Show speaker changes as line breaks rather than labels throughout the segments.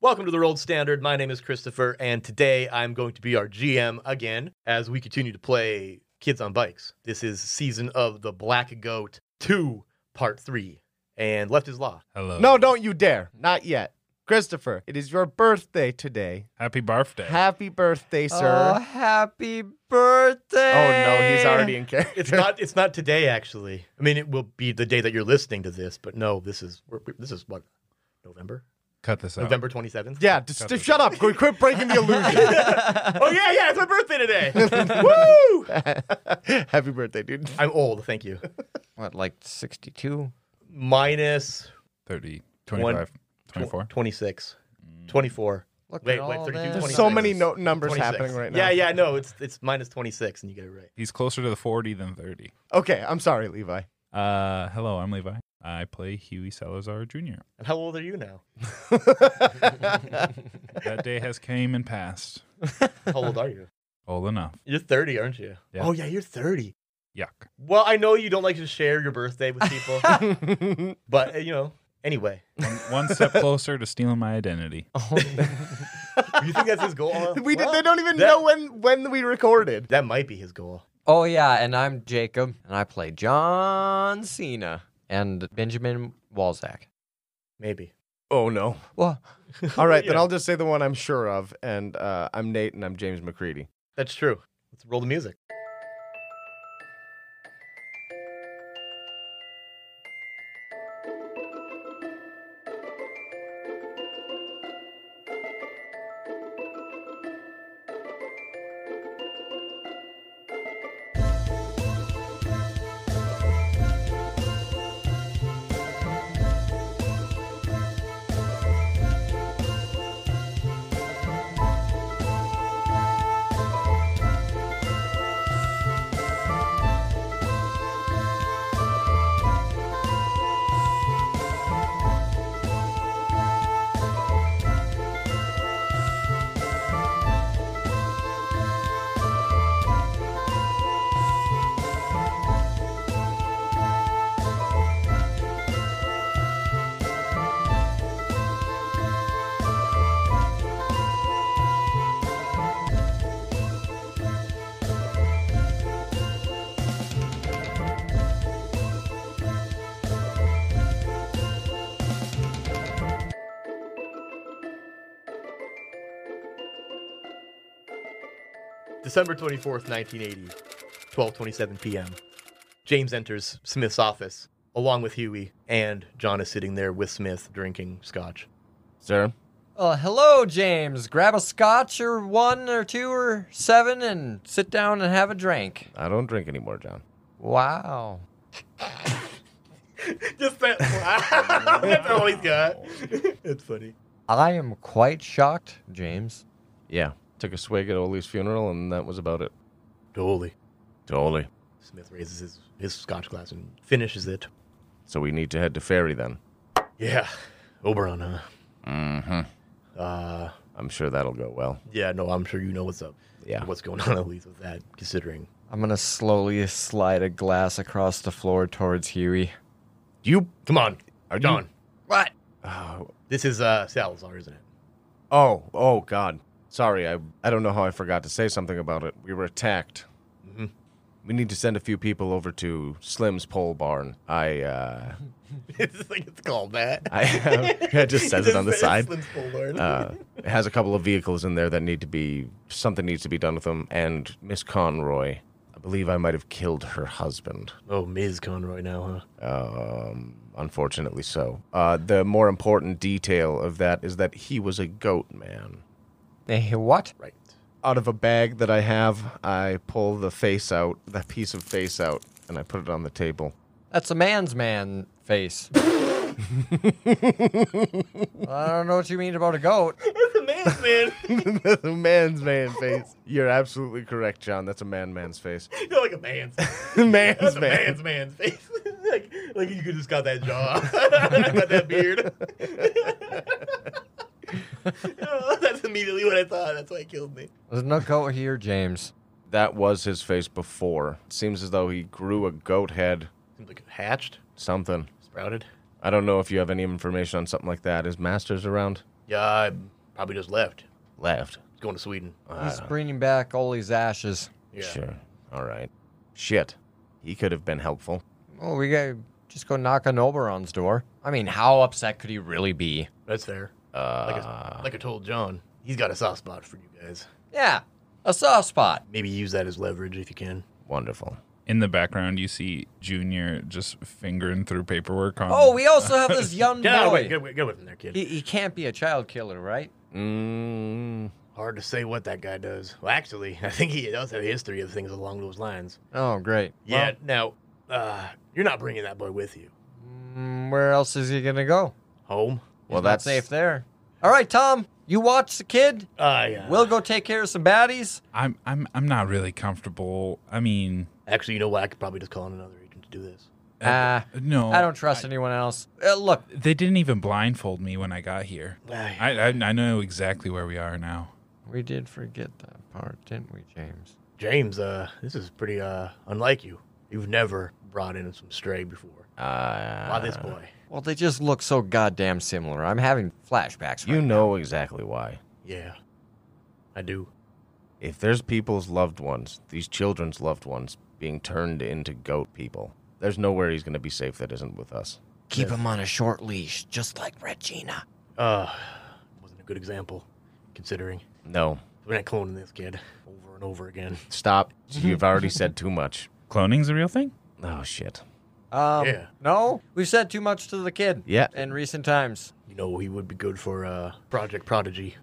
Welcome to the Rolled Standard. My name is Christopher, and today I'm going to be our GM again as we continue to play Kids on Bikes. This is season of the Black Goat 2, part 3, and Left is Law.
Hello.
No, don't you dare. Not yet. Christopher, it is your birthday today.
Happy birthday.
Happy birthday,
Oh,
sir.
happy birthday!
Oh, no, he's already in character.
It's not. It's not today, actually. I mean, it will be the day that you're listening to this, but no, this is we're, we- this is what November,
Cut this out.
November 27th.
Yeah, just, just shut up. Quit, quit breaking the illusion.
oh yeah, yeah. It's my birthday today. Woo!
Happy birthday, dude.
I'm old. Thank you.
What, like 62?
Minus
30, 25, 24.
26, 24.
Look
Wait,
at
wait,
all
32,
this.
There's
26.
so many no- numbers
26.
happening right now.
Yeah, yeah, no, it's it's minus 26 and you get it right.
He's closer to the 40 than 30.
Okay, I'm sorry, Levi.
Uh, hello, I'm Levi. I play Huey Salazar Jr.
And how old are you now?
That day has came and passed.
How old are you?
Old enough.
You're 30, aren't you?
Yeah.
Oh yeah, you're 30.
Yuck.
Well, I know you don't like to share your birthday with people, but uh, you know, anyway.
One, one step closer to stealing my identity.
Oh.
You think that's his goal? Uh,
we did,
well,
they don't even
that-
know when, when we recorded.
That might be his goal.
Oh, yeah, and I'm Jacob, and I play John Cena and Benjamin Walzak.
Maybe.
Oh, no.
Well,
All right, then
Yeah.
I'll just say the one I'm sure of, and uh, I'm Nate, and I'm James McCready.
That's true. Let's roll the music. December 24th, 1980, 12:27 p.m. James enters Smith's office along with Huey, and John is sitting there with Smith drinking scotch.
Sir?
well, uh, hello, James. Grab a scotch or one or two or seven and sit down and have a drink.
I don't drink anymore, John.
Wow.
Just that. That's all he's got. it's funny.
I am quite shocked, James.
Yeah, took a swig at Ollie's funeral, and that was about it.
Totally.
To Ollie.
Smith raises his, his scotch glass and finishes it.
So we need to head to Ferry then.
Yeah. Oberon, huh? Mm-hmm. Uh,
I'm sure that'll go well.
yeah, no, I'm sure you know what's up.
Yeah.
What's going on at least with that, considering.
I'm gonna slowly slide a glass across the floor towards Huey.
You
Come on. Are John.
What?
This is uh, Salazar, isn't it?
Oh, oh god. Sorry, I I don't know how I forgot to say something about it. We were attacked. Mm-hmm. We need to send a few people over to Slim's pole barn. I uh
it's like it's called that.
I have, yeah, it just says it on the
says
side.
Slim's Polar.
Uh, it has a couple of vehicles in there that need to be something needs to be done with them and Miss Conroy. I believe I might have killed her husband.
oh, Ms. Conroy now, huh?
Um, unfortunately, so. Uh, the more important detail of that is that he was a goat man.
Eh, what?
Right.
Out of a bag that I have, I pull the face out, that piece of face out, and I put it on the table.
That's a man's man face. I don't know what you mean about a goat.
That's a man's man.
the man's man face. You're absolutely correct, John. That's a man man's face.
You're like a man's.
man's
That's a
man.
man's man's face. like, like you could just got that jaw, got that beard. Oh, that's immediately what I thought. That's why it killed me.
There's no goat here, James.
That was his face before. Seems as though he grew a goat head,
Seems like it hatched,
something.
sprouted.
I don't know if you have any information on something like that. Is Masters around?
Yeah, I probably just left.
Left.
He's going to Sweden. Uh,
He's
Ah,
bringing back Ollie's ashes.
Yeah.
Sure. All right. Shit. He could have been helpful.
Oh, we got just go knock on Oberon's door. I mean, how upset could he really be?
That's fair.
Uh,
Like, I, like I told John, he's got a soft spot for you guys.
Yeah, a soft spot.
Maybe use that as leverage if you can.
wonderful.
In the background, you see Junior just fingering through paperwork on.
Oh, we also have this young
Get out of the way.
boy.
Get, away- get away from there, kid.
He, he can't be a child killer, right?
Mm,
Hard to say what that guy does. Well, actually, I think he does have a history of things along those lines.
Oh, great.
Yeah. now, uh, you're not bringing that boy with you.
Mm, where else is he gonna go?
Home?
well,
He's not
that's
safe there. All right, Tom, you watch the kid.
Uh, yeah.
We'll go take care of some baddies.
I'm I'm I'm not really comfortable. I mean,
Actually, you know what? I could probably just call in another agent to do this.
Uh,
Ah,
no,
I don't trust anyone else. Uh, look,
They didn't even blindfold me when I got here. I, I I know exactly where we are now.
we did forget that part, didn't we, James?
James, uh, this is pretty uh, unlike you. You've never brought in some stray before.
Uh,
Why this boy?
Well, they just look so goddamn similar. I'm having flashbacks.
You
right
know exactly why.
Yeah, I do.
If there's people's loved ones, these children's loved ones, being turned into goat people, there's nowhere he's going to be safe that isn't with us.
Keep him on a short leash, just like Regina.
Uh, wasn't a good example, considering.
No.
We're not cloning this kid over and over again.
Stop.
Mm-hmm.
You've already said too much.
Cloning's a real thing.
Oh, shit.
Um,
Yeah.
No, we've said too much to the kid.
Yeah.
In recent times,
You know, he would be good for uh, Project Prodigy.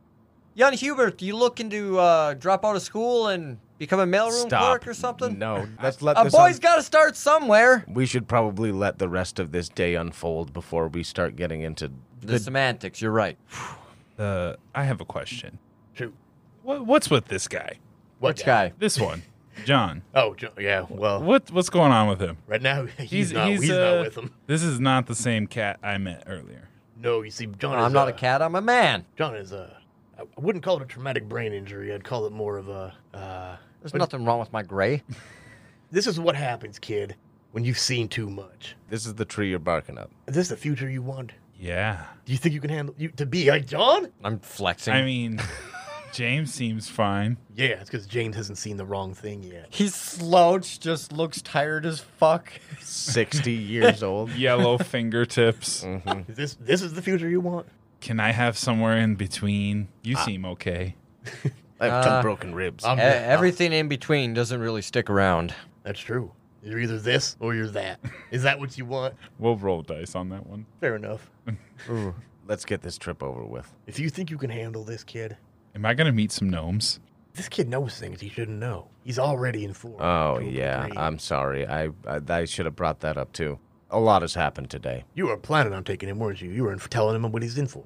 Jan Hubert, you looking to uh, drop out of school and become a mailroom
Stop.
clerk or something?
No. Let's let
A
this
boy's
un-
got to start somewhere.
We should probably let the rest of this day unfold before we start getting into.
The, semantics. You're right.
Uh, I have a question.
Shoot.
What what's with this guy?
What
Which guy?
This one, John.
Oh, Jo- yeah. Well,
What what's going on with him?
right now he's, not. He's,
uh,
not with him.
This is not the same cat I met earlier.
No, you see, John.
I'm
is,
not
uh,
a cat. I'm a man.
John is uh, I I wouldn't call it a traumatic brain injury. I'd call it more of a. Uh,
There's
but
nothing wrong with my gray.
This is what happens, kid, when you've seen too much.
This is the tree you're barking up.
Is this the future you want?
Yeah.
Do you think you can handle you to be like John?
I'm flexing.
I mean, James seems fine.
Yeah, it's because James hasn't seen the wrong thing yet.
He's slouched, just looks tired as fuck.
60 years old.
Yellow fingertips.
hmm
Is this this is the future you want?
Can I have somewhere in between? You seem okay.
I have
Uh,
two broken ribs.
I'm-
E- everything in between doesn't really stick around.
That's true. You're either this or you're that. Is that what you want?
We'll roll dice on that one.
Fair enough.
Let's get this trip over with.
If you think you can handle this kid,
Am I gonna meet some gnomes?
this kid knows things he shouldn't know. He's already informed.
Oh,
to a
yeah.
degree.
I'm sorry. I, I, I should have brought that up, too. A lot has happened today.
you were planning on taking him, weren't you? You were in, telling him what he's in for.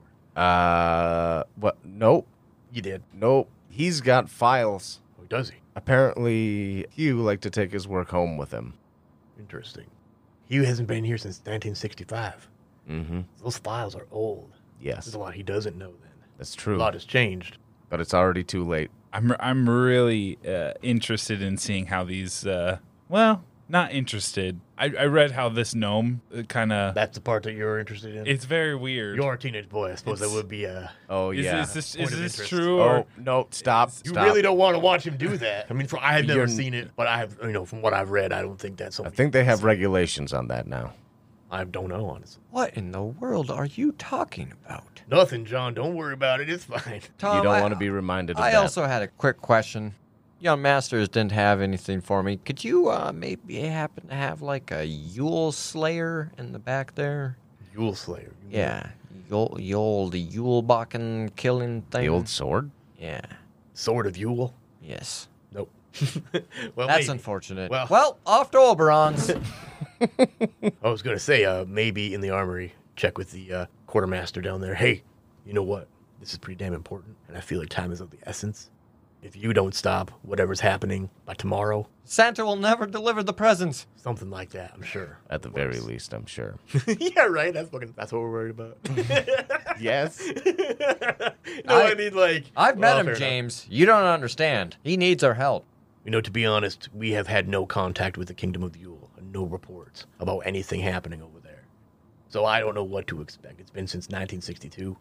Uh, what? Nope.
You did.
Nope. He's got files.
Or does he?
Apparently, Hugh liked to take his work home with him.
Interesting. He hasn't been here since 1965.
Mm-hmm.
Those files are old. There's
Yes,
a lot he doesn't know then.
that's
A
true.
lot has changed.
But it's already too late.
I'm I'm really uh, interested in seeing how these. Uh, well, not interested. I, I read how this gnome kind of.
That's the part that you're interested in.
It's very weird.
you're a teenage boy, I suppose
It's-
that would be uh, a.
Oh
is,
yeah.
is this
Point
is
of
this
interest.
true?
oh
Or
no! Stop.
Is-
You
stop.
really don't want to watch him do that. I mean, for I've never
You're-
seen it, but I've you know from what I've read, I don't think that's
I
something.
think they have regulations on that now.
I don't know honestly.
What in the world are you talking about?
Nothing, John. Don't worry about it. It's fine.
Tom,
you don't
Um, I-
want to be reminded of
I
that.
also had a quick question. Young Masters didn't have anything for me. Could you uh, maybe happen to have like a Yule Slayer in the back there?
Yule Slayer. You
Yeah. Yule, Yule the Yule Bakken killing thing.
the old sword.
Yeah.
mean Sword of Yule.
Yes.
Nope. well,
That's
maybe.
unfortunate.
Well-
Well, off to Oberon's.
I was gonna say uh, maybe in the armory, check with the uh, quartermaster down there. Hey, you know what? This is pretty damn important, and I feel like time is of the essence. If you don't stop whatever's happening by tomorrow,
Santa will never deliver the presents.
something like that, I'm sure.
At the very least, I'm sure.
yeah, right. That's fucking. That's what we're worried about.
yes.
no, I,
I-
mean like
I've
well,
met
fair
him,
enough.
James. You don't understand. He needs our help.
You know, to be honest, we have had no contact with the Kingdom of Yule, and no reports about anything happening over there. So I don't know what to expect. It's been since 1962.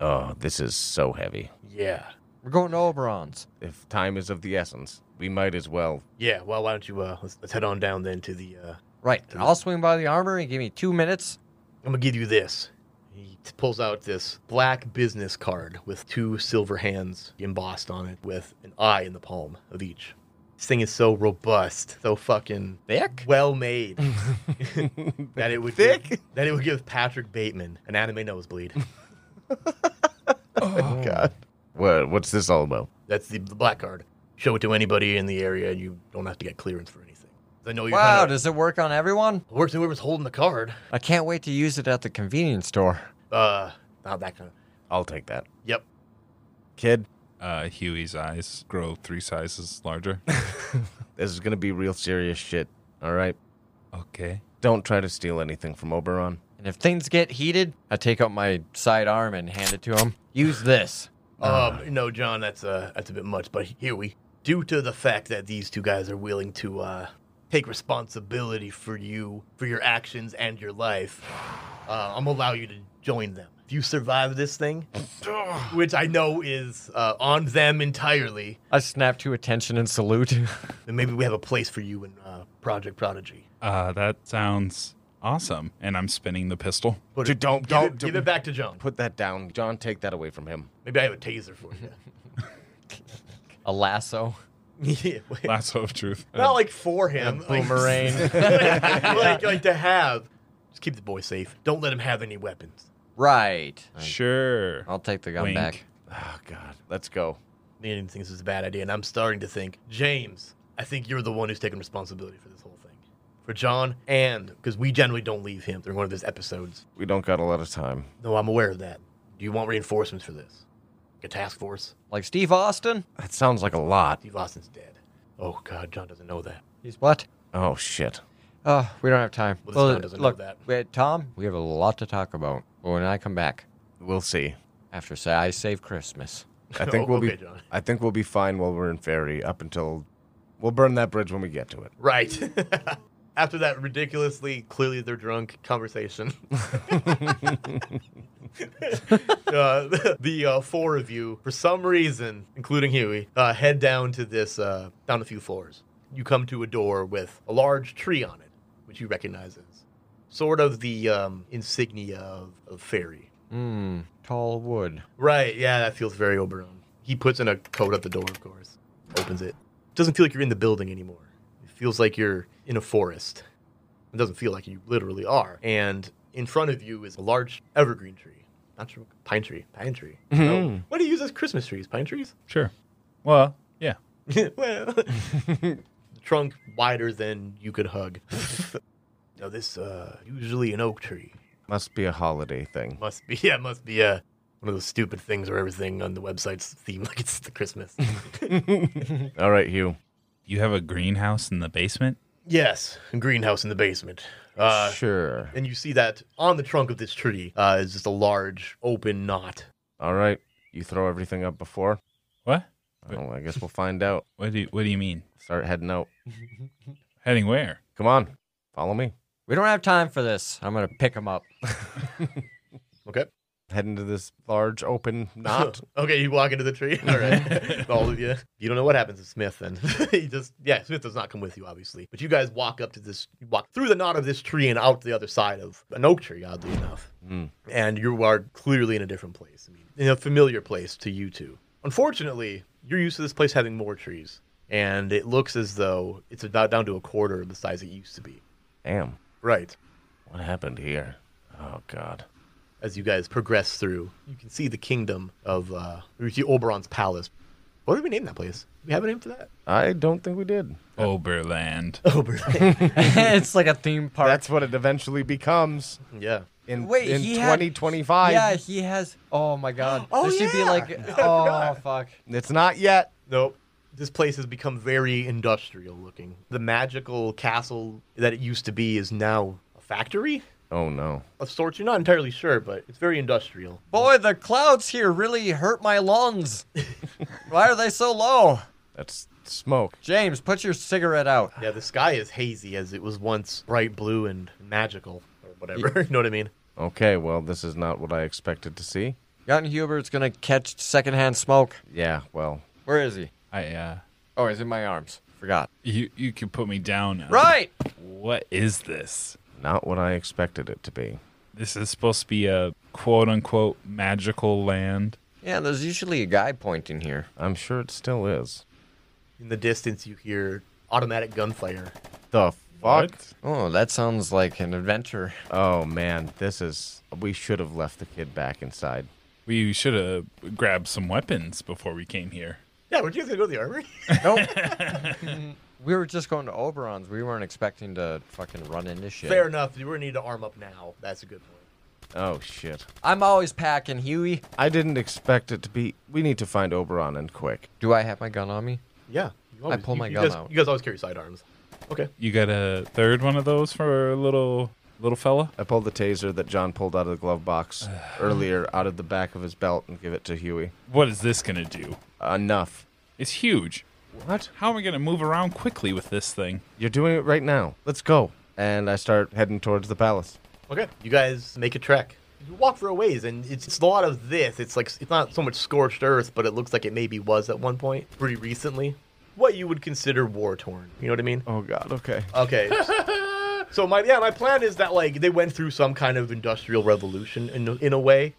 Oh, this is so heavy.
Yeah.
We're going to Oberon's.
If time is of the essence, we might as well.
Yeah. Well, why don't you uh, let's, let's head on down then to the. Uh,
Right. And I'll swing by the armory. Give me two minutes.
I'm gonna give you this. He t- pulls out this black business card with two silver hands embossed on it, with an eye in the palm of each. This thing is so robust, so fucking
Thick?
well made that it would give- that it would give Patrick Bateman an anime nosebleed.
God. What, Oh. what's this all about?
That's the, the black card. Show it to anybody in the area, and you don't have to get clearance for anything. I know you.
Wow,
Kind of,
does it work on everyone?
works whoever's holding the card.
I can't wait to use it at the convenience store.
Uh, not that kind of.
I'll take that.
Yep.
Kid,
Oh.
Uh, Huey's eyes grow three sizes larger.
this is going to be real serious shit, all right?
okay.
Don't try to steal anything from Oberon.
And if things get heated, I take out my sidearm and hand it to him. Use this.
Ah.
um, no, John, that's uh, that's a bit much. But here we, due to the fact that these two guys are willing to uh, take responsibility for you, for your actions and your life, uh, I'm gonna allow you to join them. If you survive this thing, which I know is uh, on them entirely,
I snap to attention and salute.
then maybe we have a place for you in uh, Project Prodigy.
Uh, that sounds awesome. And I'm spinning the pistol.
Put
Dude, don't-
give
don't-
it, give
don't-
it back to John.
Put that down. John, take that away from him.
Maybe I have a taser for you.
a lasso.
yeah, wait.
Lasso of truth. Uh,
not like for him, like,
Boomerang.
like like to have. Just keep the boy safe. Don't let him have any weapons.
Right.
sure.
I'll take the gun
Wink.
back.
Oh, God. Let's go.
Leonin thinks it's a bad idea, and I'm starting to think, James, I think you're the one who's taking responsibility for this whole thing. For John, and because we generally don't leave him during one of his episodes.
We don't got a lot of time.
No, I'm aware of that. Do you want reinforcements for this? A task force?
Like Steve Austin?
That sounds like a lot.
Steve Austin's dead. Oh, God, John doesn't know that.
He's what?
Oh, shit.
Oh, we don't have time.
Well, this town doesn't know
look,
that.
wait, Tom, we have a lot to talk about. But when I come back,
We'll see.
after say I save Christmas.
I think we'll
okay,
be.
John.
I think we'll be fine while we're in ferry up until we'll burn that bridge when we get to it.
Right. After that ridiculously, clearly they're drunk conversation, uh, the uh, four of you, for some reason, including Huey, uh, head down to this, uh, down a few floors. You come to a door with a large tree on it, which you recognize as sort of the um, insignia of, of fairy.
Mmm, tall wood.
Right. Yeah, that feels very Oberon. He puts in a code at the door, of course. Opens it. Doesn't feel like you're in the building anymore. It feels like you're in a forest. It doesn't feel like you literally are. And in front of you is a large evergreen tree. Not sure. Pine tree. Pine tree. No. What do you use as Christmas trees? Pine trees?
Sure. Well, yeah.
well, the trunk wider than you could hug. now this uh, usually an oak tree.
Must be a holiday thing.
Must be, yeah, must be a one of those stupid things where everything on the website's themed like it's the Christmas.
All right, Hugh.
You have a greenhouse in the basement?
yes, a greenhouse in the basement. Uh,
sure.
and you see that on the trunk of this tree uh, is just a large open knot.
All right. You throw everything up before.
What?
Well, I guess we'll find out.
What do you, What do you mean?
Start heading out.
Heading where?
Come on, follow me.
We don't have time for this. I'm gonna pick him up.
Okay.
Head into this large open knot.
okay, you walk into the tree. All right. All of you. You don't know what happens to Smith then. he just yeah, Smith does not come with you, obviously. But you guys walk up to this you walk through the knot of this tree and out the other side of an oak tree, oddly enough.
Hmm.
And you are clearly in a different place. I mean in a familiar place to you two. Unfortunately, you're used to this place having more trees. And it looks as though it's about down to a quarter of the size it used to be.
Damn.
Right.
What happened here? Oh God.
as you guys progress through, you can see the kingdom of uh, you see Oberon's palace. What did we name that place? Do we have a name for that?
I don't think we did.
Uh,
Oberland.
Oberon.
it's like a theme park.
That's what it eventually becomes
yeah.
in
Wait,
in
he had-
2025.
yeah, he has. Oh my god.
Oh,
this should be
yeah.
like.
I
Oh
forgot.
fuck.
It's not yet.
Nope. This place has become very industrial looking. The magical castle that it used to be is now a factory
Oh no.
of sorts. You're not entirely sure, but it's very industrial.
Boy, the clouds here really hurt my lungs. Why are they so low?
That's smoke.
James, put your cigarette out.
Yeah, the sky is hazy as it was once bright blue and magical or whatever. you know what I mean?
Okay, well, this is not what I expected to see.
Jan Hubert's gonna catch secondhand smoke.
Yeah, well,
Where is he?
I uh
Oh, he's in my arms. Forgot.
you you can put me down now.
Right.
What is this?
not what I expected it to be.
This is supposed to be a quote unquote magical land.
Yeah, there's usually a guy pointing here.
I'm sure it still is.
In the distance, you hear automatic gunfire.
The fuck?
What?
Oh, that sounds like an adventure.
Oh man, this is. We should have left the kid back inside.
We should have grabbed some weapons before we came here.
Yeah, weren't you guys gonna go to the armory?
Nope. we were just going to Oberon's. We weren't expecting to fucking run into shit.
Fair enough. You were gonna need to arm up now. That's a good point.
Oh shit.
I'm always packing, Huey.
I didn't expect it to be. We need to find Oberon and quick.
Do I have my gun on me?
Yeah. You always,
pull
you-
my
you
gun
guys,
out.
You guys always carry sidearms. Okay.
You got a third one of those for a little little fella?
I pulled the taser that John pulled out of the glove box earlier out of the back of his belt and give it to Huey.
What is this gonna do?
Enough.
It's huge.
What?
How am I gonna move around quickly with this thing?
You're doing it right now. Let's go. And I start heading towards the palace.
Okay. You guys make a trek. You walk for a ways, and it's, it's a lot of this. It's like it's not so much scorched earth, but it looks like it maybe was at one point, pretty recently. What you would consider war torn. You know what I mean?
Oh god. Okay.
Okay. so my yeah, my plan is that like they went through some kind of industrial revolution in in a way,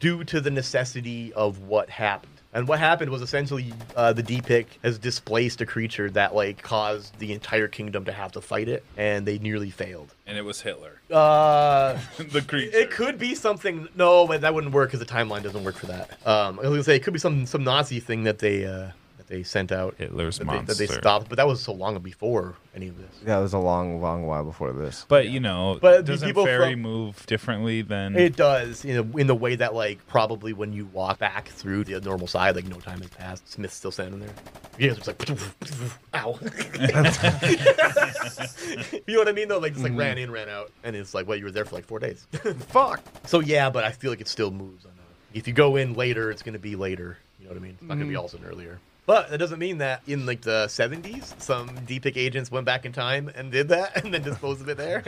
due to the necessity of what happened. And what happened was essentially uh, the D-Pick has displaced a creature that like caused the entire kingdom to have to fight it, and they nearly failed.
And it was Hitler.
Uh,
the creature.
it could be something. No, but that wouldn't work because the timeline doesn't work for that. Um, I was gonna say it could be some some Nazi thing that they uh, that they sent out
Hitler's
that they,
monster.
that they stopped, but that was so long before any of this.
Yeah, it was a long, long while before this.
But you know,
But the
doesn't
people
fairy
from-
move differently than
It does, you know, in the way that like probably when you walk back through the normal side, like no time has passed. Smith's still standing there. You guys are just like, ow. you know what I mean? Though, like just like ran in, ran out, and it's like, well, you were there for like four days.
Fuck.
so yeah, but I feel like it still moves. I know. If you go in later, it's gonna be later. You know what I mean? It's not gonna be all of a sudden earlier. But that doesn't mean that in like the 70s, some DPIC agents went back in time and did that and then disposed of it there.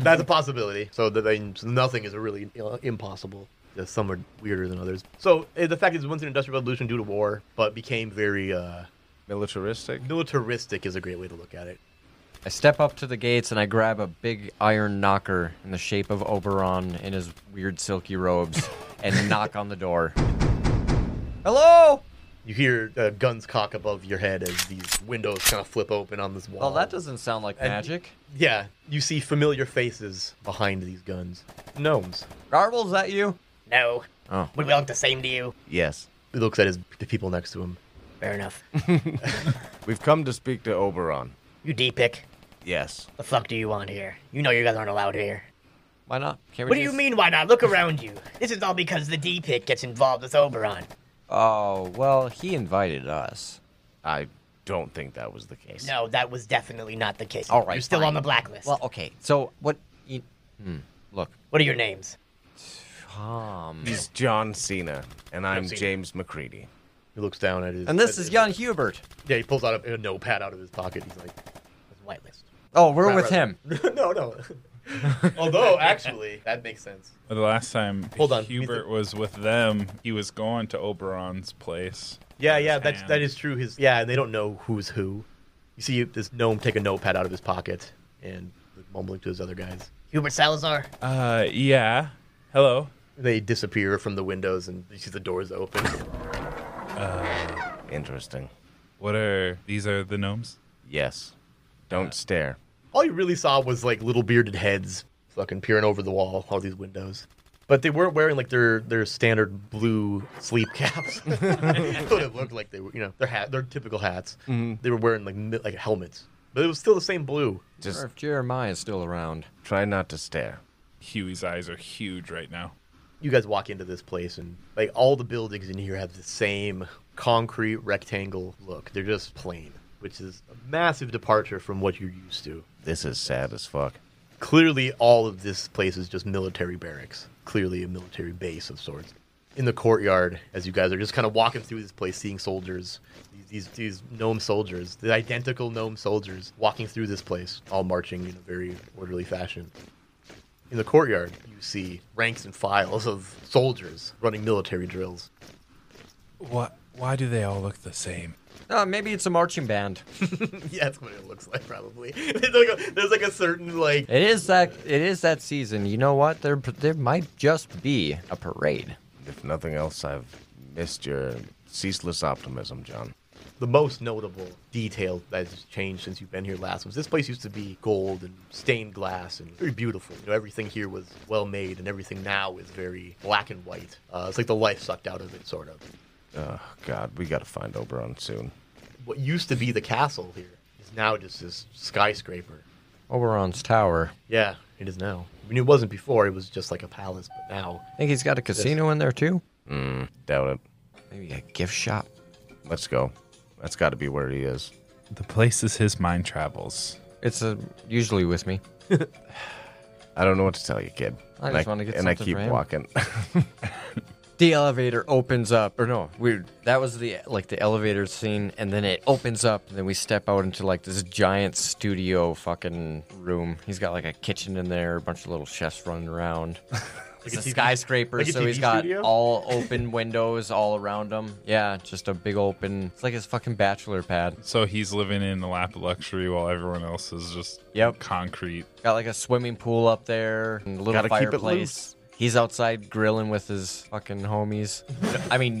That's a possibility. So that they, nothing is really you know, impossible. Just Some are weirder than others. So eh, the fact is, it went through an industrial revolution due to war, but became very uh,
Militaristic.
militaristic is a great way to look at it.
I step up to the gates and I grab a big iron knocker in the shape of Oberon in his weird silky robes and knock on the door. Hello?
You hear uh, guns cock above your head as these windows kind of flip open on this wall.
Well, that doesn't sound like
And-
magic.
Yeah, you see familiar faces behind these guns. Gnomes.
Garbles, that you?
No.
Oh.
We all look the same to you.
Yes.
He looks at his the people next to him.
Fair enough.
We've come to speak to Oberon.
You D-Pick.
Yes.
The fuck do you want here? You know you guys aren't allowed here.
Why not? Can't we
What do you
just-
mean, why not? Look around you. This is all because the D-Pick gets involved with Oberon.
Oh, well, he invited us.
I don't think that was the case.
No, that was definitely not the case.
All right,
You're still
fine.
on the blacklist.
Well, okay. So what? You, hmm, look,
what are your names?
Tom.
He's John Cena, and I'm
Cena.
James McCready.
He looks down at his.
And
at
this is
his-
Jan Hubert.
Yeah, he pulls out a, a notepad out of his pocket. He's like,
Whitelist.
Oh, we're with
rather-
him.
no, no. Although, actually, that makes sense.
the last time
Hold on.
Hubert was with them, he was going to Oberon's place.
Yeah, yeah,
His
that's
hand.
that is true. His yeah, and they don't know who's who. You see this gnome take a notepad out of his pocket and mumbling to his other guys.
Hubert Salazar.
Uh yeah. Hello.
They disappear from the windows, and you see the doors open.
Interesting.
What are these are the gnomes?
Yes. Don't stare.
All you really saw was like little bearded heads fucking peering over the wall, all these windows. But they weren't wearing like their their standard blue sleep caps. That's what it looked like they were, you know, their hat, their typical hats. They were wearing like mi- like helmets, but it was still the same blue.
Just
Or if Jeremiah is still around.
try not to stare.
Huey's eyes are huge right now.
You guys walk into this place and like all the buildings in here have the same concrete rectangle look. They're just plain, which is a massive departure from what you're used to.
This is sad as fuck.
clearly all of this place is just military barracks clearly a military base of sorts in the courtyard as you guys are just kind of walking through this place seeing soldiers these, these these gnome soldiers the identical gnome soldiers walking through this place all marching in a very orderly fashion In the courtyard, you see ranks and files of soldiers running military drills.
What? Why do they all look the same?
Uh, maybe it's a marching band.
yeah, that's what it looks like, probably. there's, like a, there's like a certain, like,
It is that. It is that season. You know what? There, there might just be a parade.
If nothing else, I've missed your ceaseless optimism, John.
the most notable detail that has changed since you've been here last was this place used to be gold and stained glass and very beautiful. You know, everything here was well made, and everything now is very black and white. Uh, it's like the life sucked out of it, sort of.
Oh, God, we gotta find Oberon soon.
What used to be the castle here is now just this skyscraper.
Oberon's tower.
Yeah, it is now. I mean, it wasn't before; it was just like a palace, but now
I think he's got a casino in there too.
Doubt it.
Maybe a gift shop.
Let's go. That's gotta be where he is.
The places his mind travels.
It's uh usually with me.
I don't know what to tell you, kid.
I
and
just wanna get
And I
something
keep
for him.
walking.
The elevator opens up, or no, we that was the like the elevator scene, and then it opens up, and then we step out into like this giant studio fucking room. He's got like a kitchen in there, a bunch of little chefs running around. It's
a
a
TV
skyscraper,
like a
so
TV
he's got
studio?
all open windows all around him. Yeah, just a big open. It's like his fucking bachelor pad.
So he's living in the lap of luxury while everyone else is just
Yep.
concrete.
Got like a swimming pool up there, and a little
Gotta keep it
fireplace. He's outside grilling with his fucking homies. I mean,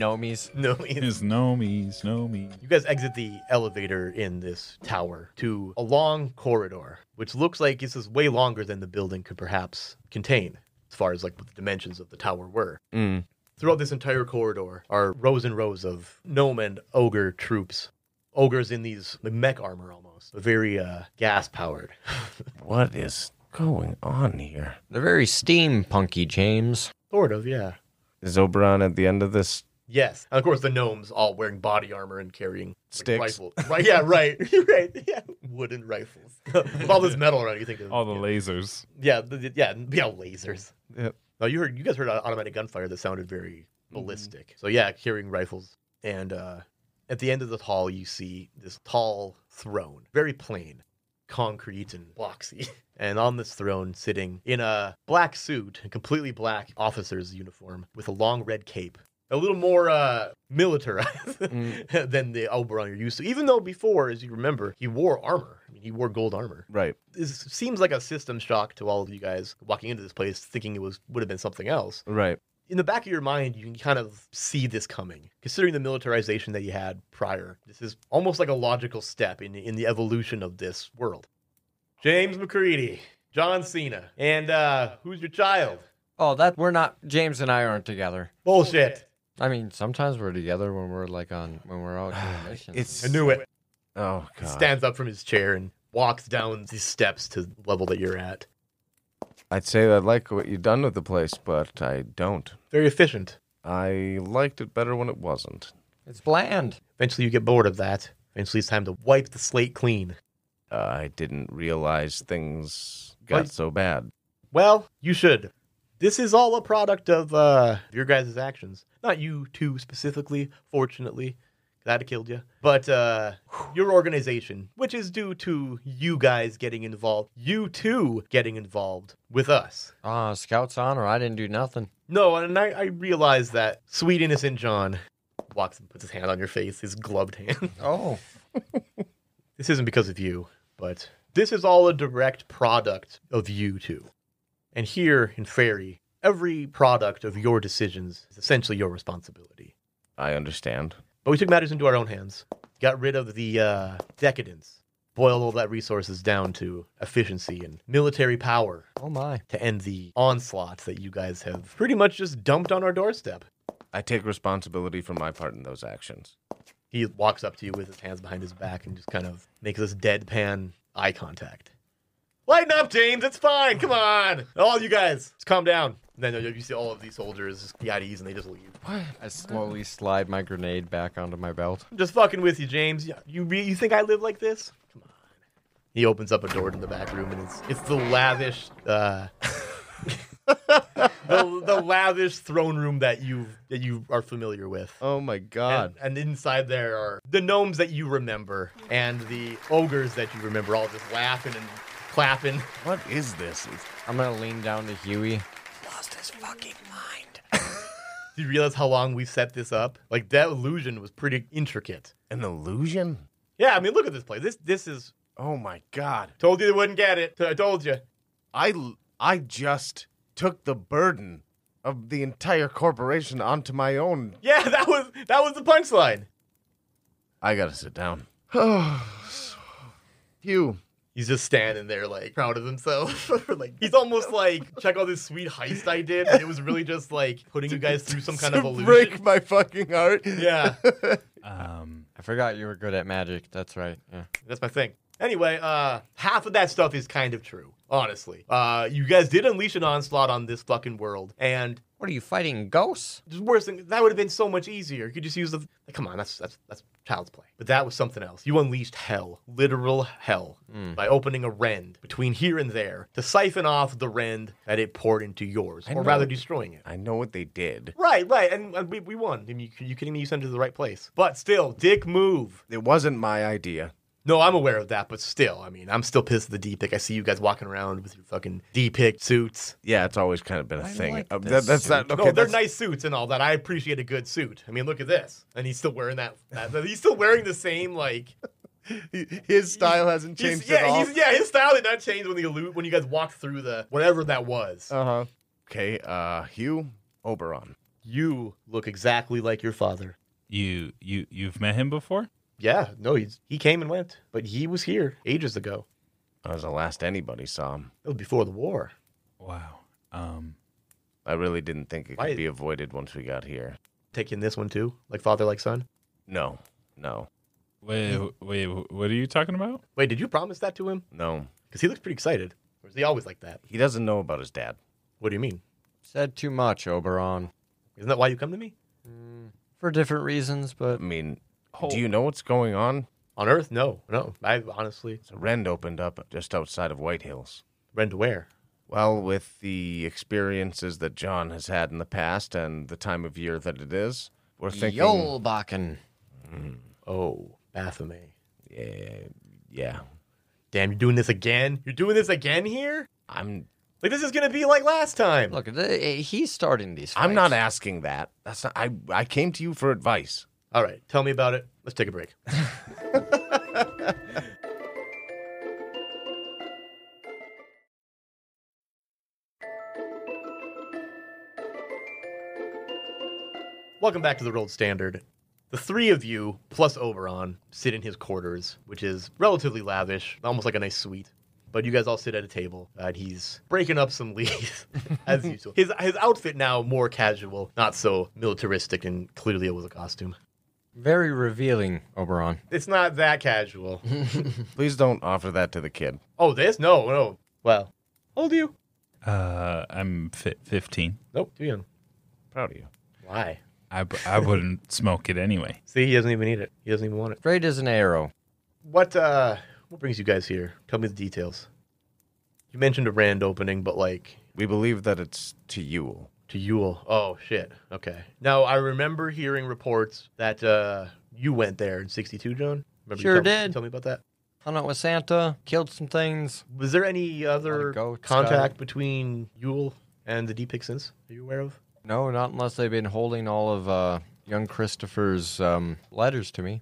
nomies.
no. it-
His gnomies, gnomies.
You guys exit the elevator in this tower to a long corridor, which looks like this is way longer than the building could perhaps contain, as far as like what the dimensions of the tower were. Throughout this entire corridor are rows and rows of gnome and ogre troops. Ogres in these mech armor almost, but very uh, gas powered.
what is going on here?
They're very steampunky, James.
sort of, yeah.
Is Oberon at the end of this?
Yes. And of course, the gnomes all wearing body armor and carrying like,
Sticks.
rifle- Right, yeah, right. right. Yeah. Wooden rifles. With all this metal around, you think of
All the
yeah.
lasers.
Yeah, th- th- yeah, yeah, lasers.
Yep.
No, you heard, you guys heard au- automatic gunfire that sounded very ballistic. So yeah, carrying rifles, and uh, at the end of the hall, you see this tall throne, very plain, concrete and boxy. And on this throne, sitting in a black suit, a completely black officer's uniform with a long red cape, a little more uh, militarized than the Oberon you're used to. Even though before, as you remember, he wore armor. I mean, he wore gold armor
Right.
this seems like a system shock to all of you guys walking into this place thinking it was would have been something else.
Right.
In the back of your mind, you can kind of see this coming. Considering the militarization that you had prior, this is almost like a logical step in in the evolution of this world. James McCready, John Cena, and uh, who's your child?
Oh, that we're not. James and I aren't together.
Bullshit.
I mean, sometimes we're together when we're like on when we're out doing missions.
It's
I knew it.
Oh
He
God.
stands up from his chair and walks down these steps to the level that you're at.
I'd say I like what you've done with the place, but I don't.
Very efficient.
I liked it better when it wasn't.
it's bland.
Eventually, you get bored of that. Eventually, it's time to wipe the slate clean.
Uh, I didn't realize things got
But-
so bad.
Well, you should. This is all a product of uh, your guys' actions. Not you two specifically, fortunately. That'd have killed you. But uh, your organization, which is due to you guys getting involved, you two getting involved with us.
Ah, scouts honor. I didn't do nothing.
No, and I, I realize that sweet innocent John walks and puts his hand on your face, his gloved hand.
Oh,
this isn't because of you, but this is all a direct product of you two. And here in Fairy, every product of your decisions is essentially your responsibility.
I understand.
But we took matters into our own hands, got rid of the uh, decadence, boiled all that resources down to efficiency and military power
oh my.
to end the onslaught that you guys have pretty much just dumped on our doorstep.
I take responsibility for my part in those actions.
He walks up to you with his hands behind his back and just kind of makes this deadpan eye contact. Lighten up, James. It's fine. Come on. All you guys, just calm down. And then you see all of these soldiers, just yaddies, and they just leave.
I slowly slide my grenade back onto my belt.
I'm just fucking with you, James. You re- you think I live like this? Come on. He opens up a door to the back room, and it's it's the lavish, uh, the, the lavish throne room that you that you are familiar with.
Oh my
And,
God.
and inside there are the gnomes that you remember and the ogres that you remember all just laughing and clapping.
What is this? It's-
I'm gonna lean down to Huey.
Do you realize how long we set this up? Like that illusion was pretty intricate.
An illusion?
Yeah, I mean, look at this place. This this is.
Oh my god.
Told you they wouldn't get it. I told you.
I l- I just took the burden of the entire corporation onto my own.
Yeah, that was that was the punchline.
I gotta sit down. Phew.
He's just standing there, like proud of himself. like he's almost like, check out this sweet heist I did. And it was really just like putting you guys through some kind of
To
illusion.
break my fucking heart.
Yeah,
Um,
I forgot you were good at magic. That's right. Yeah.
that's my thing. Anyway, uh, half of that stuff is kind of true, honestly. Uh, you guys did unleash an onslaught on this fucking world, and
What are you fighting, ghosts?
just worse than that would have been so much easier. You could just use the. like, come on, that's that's that's child's play. But that was something else. You unleashed hell, literal hell, by opening a rend between here and there to siphon off the rend that it poured into yours, or
know.
rather destroying it.
I know what they did.
Right, right, and, and we, we won. I mean, you, you couldn't even send it to the right place. But still, dick move.
It wasn't my idea.
No, I'm aware of that, but still, I mean, I'm still pissed at the D pick. I see you guys walking around with your fucking D pick suits.
Yeah, it's always kind of been a thing.
like
Uh,
this
that- that's not okay.
no, they're
that's,
nice suits and all that. I appreciate a good suit. I mean, look at this, and he's still wearing that. that he's still wearing the same like.
His style hasn't
he's-
changed
yeah,
at all.
he's, yeah, his style did not change when the allu- when you guys walked through the whatever that was.
Uh huh. Okay. Uh, Hugh Oberon.
you look exactly like your father.
you you you've met him before?
Yeah, no, he's he came and went, but he was here ages ago.
That was the last anybody saw him.
It was before the war.
Wow. Um,
I really didn't think it could
Why-
be avoided once we got here.
taking this one too, like father, like son.
No, no,
wait wait, what are you talking about?
Wait, did you promise that to him?
no.
Because he looks pretty excited. Or is he always like that?
He doesn't know about his dad.
What do you mean?
Said too much, Oberon.
Isn't that why you come to me?
For different reasons,
I
but
mean, do you know what's going on?
On Earth? No, no. I honestly,
So Rend opened up just outside of White Hills.
rent to where?
Well, with the experiences that John has had in the past and the time of year that it is, we're thinking.
Yolbakken.
Oh, Baphomet.
Yeah, yeah.
Damn, you're doing this again? You're doing this again here?
I'm.
Like this is gonna be like last time.
Look, th- he's starting these. Fights.
I'm not asking that. That's not. I. I came to you for advice.
All right, tell me about it. Let's take a break. Welcome back to the Rolled Standard. The three of you, plus Oberon, sit in his quarters, which is relatively lavish, almost like a nice suite. But you guys all sit at a table, uh, and he's breaking up some leaves, as usual. His, his outfit now more casual, not so militaristic, and clearly it was a costume.
very revealing, Oberon.
It's not that casual.
Please don't offer that to the kid.
oh, this? No, no. Well, how old are you?
Uh, I'm fi- 15.
Nope, too young.
Proud of you.
Why?
I, b- I wouldn't smoke it anyway.
See, he doesn't even need it. He doesn't even want it.
Straight as an arrow.
What uh what brings you guys here? Tell me the details. You mentioned a rand opening, but like
We believe that it's to you.
to Yule. Oh shit. Okay. Now I remember hearing reports that uh you went there in sixty two, John. Remember
Sure
you tell-
did.
Tell me about that.
Hung out with Santa, killed some things.
Was there any other
goats got
contact between Yule and the D Pixins? Are you aware of?
No, not unless they've been holding all of uh, young Christopher's um, letters to me.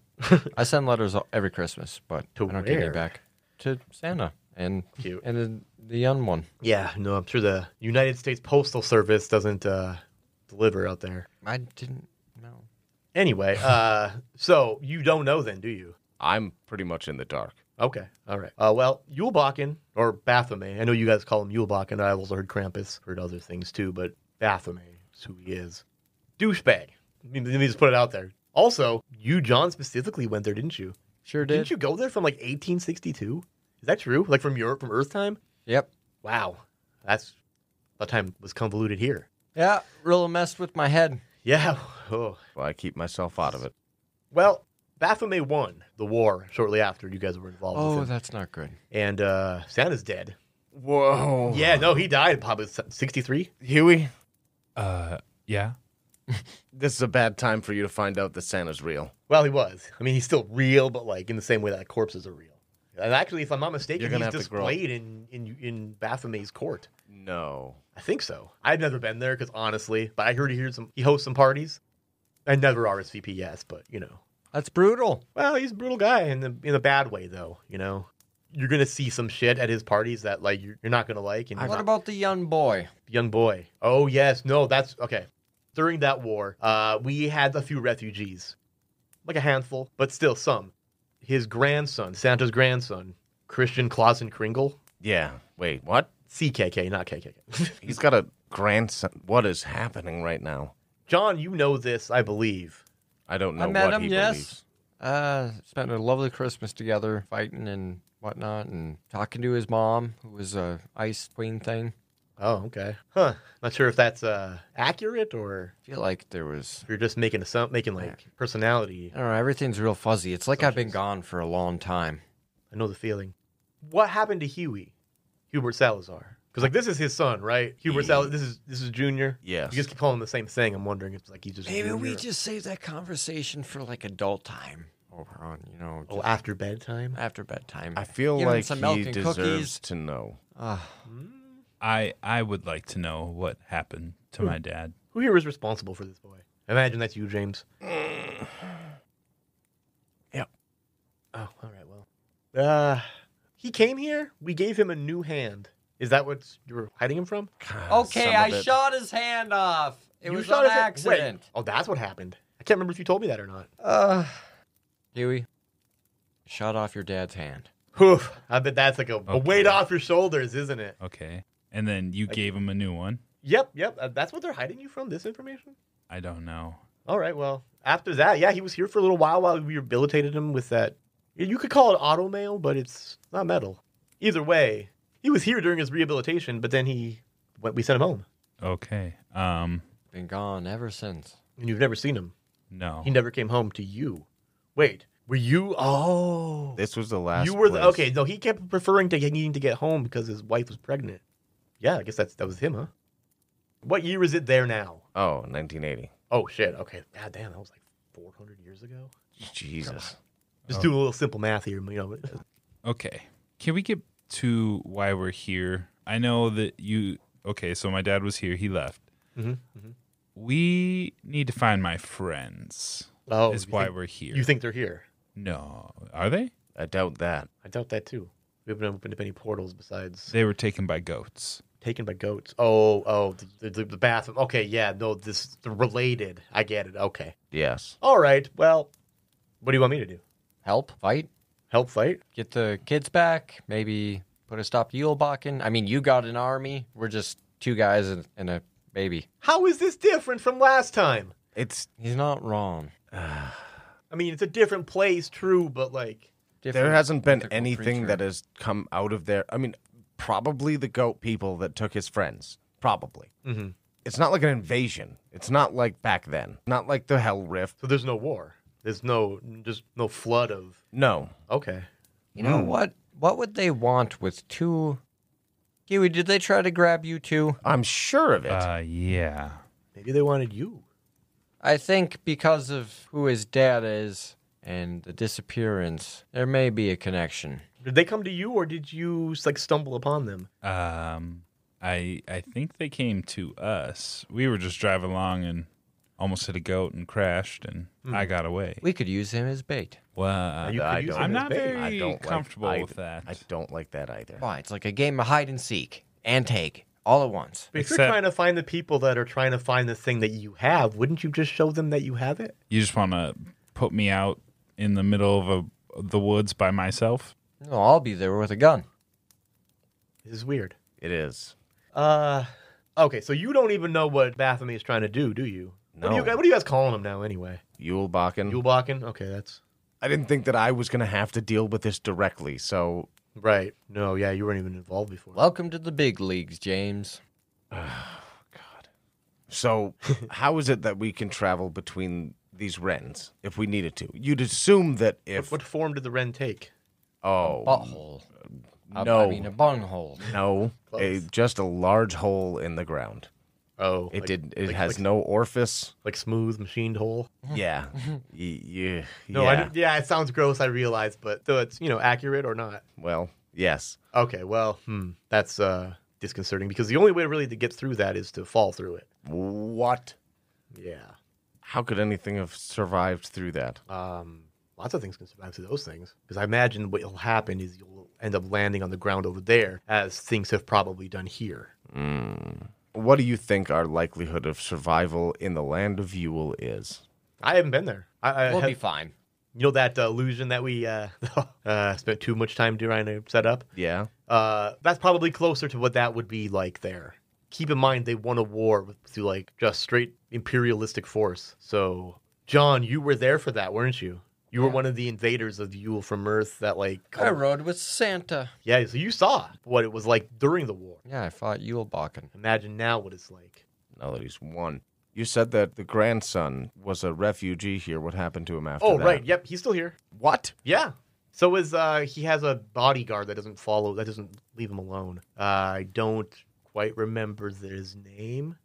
I send letters all- every Christmas, but
To
I don't get
where?
any back to Santa and
Cute.
and the, the young one.
Yeah, no, I'm sure the United States Postal Service doesn't uh deliver out there.
I didn't know.
Anyway, uh so you don't know then, do you?
I'm pretty much in the dark.
Okay. All right. Uh, well, Yulbakken, or Baphomet. I know you guys call him Yulbakken. I've also heard Krampus, heard other things too, but Baphomet is who he is. Douchebag. I mean, let me just put it out there. Also, you, John, specifically went there, didn't you?
Sure
Did. not you go there from like 1862? Is that true? Like from Europe, from Earth time?
Yep.
Wow. That's that time was convoluted here.
Yeah, really messed with my head.
Yeah. Oh.
Well, I keep myself out of it.
Well, Baphomet won the war shortly after you guys were involved with
Oh,
him.
that's not good.
And uh, Santa's dead.
Whoa.
Yeah, no, he died probably 63.
Huey,
Uh, yeah.
this is a bad time for you to find out that Santa's real.
Well, he was. I mean, he's still real, but like in the same way that corpses are real. And actually, if I'm not mistaken,
You're gonna
he's
have to grow up.
displayed in in in Baphomet's court.
No.
I think so. I've never been there because honestly, but I heard he hears some. He hosts some parties. I never RSVP, yes, but you know,
That's brutal.
well, he's a brutal guy in the in a bad way though. You know, you're gonna see some shit at his parties that like you're, you're not gonna like. And you're
What
not-
about the young boy?
young boy. Oh yes, no, that's okay. During that war, uh, we had a few refugees, like a handful, but still some. His grandson, Santa's grandson, Christian Clausen Kringle,
Yeah. Wait, what?
CKK, not KKK.
He's got a grandson. What is happening right now?
John, you know this, I believe.
I don't know
I met
what
him.
he
Yes.
believes.
Uh, spent a lovely Christmas together, fighting and whatnot, and talking to his mom, who was a ice queen thing.
Oh, okay. Huh. Not sure if that's uh, accurate or
I feel like there was.
if you're just making a sound, making like personality.
I don't know. Everything's real fuzzy. It's like I've been gone for a long time.
I know the feeling. What happened to Huey? Hubert Salazar. Because like this is his son, right? Hubert Salazar. This is this is Junior.
Yes.
You just keep calling him the same thing. I'm wondering if it's like he's just
Maybe we
Junior.
just save that conversation for like adult time over on, you know,
Oh,
just
after bedtime.
after bedtime.
I feel
Give him
like
some milk
he
and
deserves
cookies.
to know.
Ah,
I I would like to know what happened to my dad.
Who here is responsible for this boy? I imagine that's you, James.
Yep.
Oh, all right. Well, uh, he came here. We gave him a new hand. Is that what you're hiding him from?
okay,
Ah, Some
I
of it.
shot his hand off. It
You
was
shot
an
his hand- wait.
accident.
Oh, that's what happened. I can't remember if you told me that or not.
Uh, Huey, shot off your dad's hand.
Whew, I bet that's like a, a
Okay.
weight off your shoulders, isn't it?
Okay. And then you gave him a new one.
Yep, yep. uh, That's what they're hiding you from. This information.
I don't know.
All right. Well, after that, yeah, he was here for a little while while we rehabilitated him with that. You could call it auto mail, but it's not metal. Either way, he was here during his rehabilitation, but then he went. We sent him home,
Okay. Um
Been gone ever since.
and you've never seen him.
no.
He never came home to you. Wait, were you? Oh,
This was the last.
you were the,
place.
okay. No, he kept preferring to needing to get home because his wife was pregnant. Yeah, I guess that's that was him, huh? What year is it there now?
Oh, 1980.
Oh shit. Okay. God damn, that was like 400 years ago.
Jesus.
Just
Oh.
doing a little simple math here, you know. uh,
Okay. Can we get to why we're here? I know that you. Okay, so my dad was here. He left. mm-hmm. We need to find my friends.
Oh,
is
you
why
think-
we're here.
You think they're here?
No, are they?
I doubt that.
I doubt that too. We haven't opened up any portals besides
They were taken by goats.
taken by goats. Oh, oh, the, the, the bathroom. Okay, yeah, no, this the related. I get it. Okay,
Yes.
all right. Well, what do you want me to do?
Help, fight,
Help fight?
get the kids back, maybe put a stop to Yulbakken. I mean, you got an army. We're just two guys and, and a baby.
How is this different from last time?
It's
He's not wrong.
I mean, it's a different place, true, but like,
there hasn't been
mythical
anything
creature.
that has come out of there. I mean, probably the goat people that took his friends. Probably.
Mm-hmm.
Mhm.
It's not like an invasion. It's not like back then. Not like the Hell Rift.
so there's no war. There's no just no flood of.
No.
Okay.
You know what? What would they want with two? Kiwi, did they try to grab you too?
I'm sure of it.
Uh, yeah.
Maybe they wanted you.
I think because of who his dad is and the disappearance, there may be a connection.
Did they come to you, or did you like stumble upon them?
Um, I I think they came to us. We were just driving along and almost hit a goat and crashed, and I got away.
We could use him as bait.
Well, uh,
You could
I
use
don't-
him
I'm
as
not
bait.
very
I don't
comfortable
like,
with
either.
that.
I don't like that either.
Why? It's like a game of hide and seek and take all at once.
But if you're
Except-
trying to find the people that are trying to find the thing that you have, wouldn't you just show them that you have it?
You just want to put me out in the middle of a, the woods by myself?
No, I'll be there with a gun.
This is weird.
It is.
Uh, okay, so you don't even know what Baphomet is trying to do, do you? What are you,
No. Hmm.
guys- what are you guys calling him now, anyway?
Yule Bakken.
Yule Bakken? Okay, that's
I didn't think that I was going to have to deal with this directly, so
right. No, yeah, you weren't even involved before.
Welcome to the big leagues, James.
God. So, how is it that we can travel between these wrens if we needed to? You'd assume that if
what form did the wren take?
uh,
oh
Butthole. A-
no
I mean, a bunghole.
no, a,
Close.
just a large hole in the ground.
Oh,
It
like-
did. It
like-
has
like-
no orifice.
like smooth machined hole.
Yeah. yeah.
Mm-hmm. No, I
yeah.
didn't- yeah, it sounds gross. I realize, but though it's you know accurate or not.
Well, yes.
Okay, well, hmm, that's uh, disconcerting because the only way really to get through that is to fall through it.
What?
Yeah.
How could anything have survived through that?
Um, lots of things can survive through those things because I imagine what will happen is you'll end up landing on the ground over there, as things have probably done here.
What do you think our likelihood of survival in the land of Yule is?
I haven't been there. I, I
We'll
have-
be fine.
you know that uh, illusion that we uh, uh, spent too much time trying to set up.
Yeah.
Uh, that's probably closer to what that would be like there. Keep in mind they won a war with- through like just straight imperialistic force. So, John, you were there for that, weren't you? You were one of the invaders of Yule from Earth that like
I rode with Santa.
Yeah, so you saw what it was like during the war.
Yeah, I fought Yule Bakken.
Imagine now what it's like.
Now that he's won. You said that the grandson was a refugee here. What happened to him after
oh,
that?
right. Yep, he's still here.
What?
Yeah. So is uh he has a bodyguard that doesn't follow that doesn't leave him alone. Uh, I don't quite remember his name.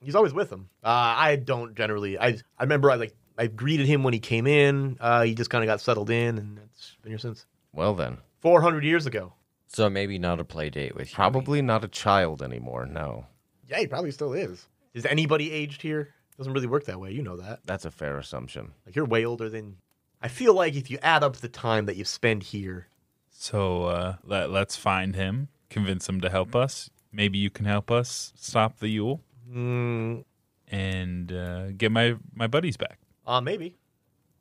He's always with him. Uh, I don't generally. I I remember I like I greeted him when he came in. Uh, he just kind of got settled in, and that's been here since
Well then,
400 years ago.
So maybe not a play date with you.
probably not a child anymore. No,
Yeah, he probably still is. Is anybody aged here? Doesn't really work that way. You know that.
that's a fair assumption.
Like you're way older than. I feel like if you add up the time that you spend here,
So uh, let, let's find him, convince him to help us. Maybe you can help us stop the Yule
mm,
and uh, get my, my buddies back.
Uh, maybe.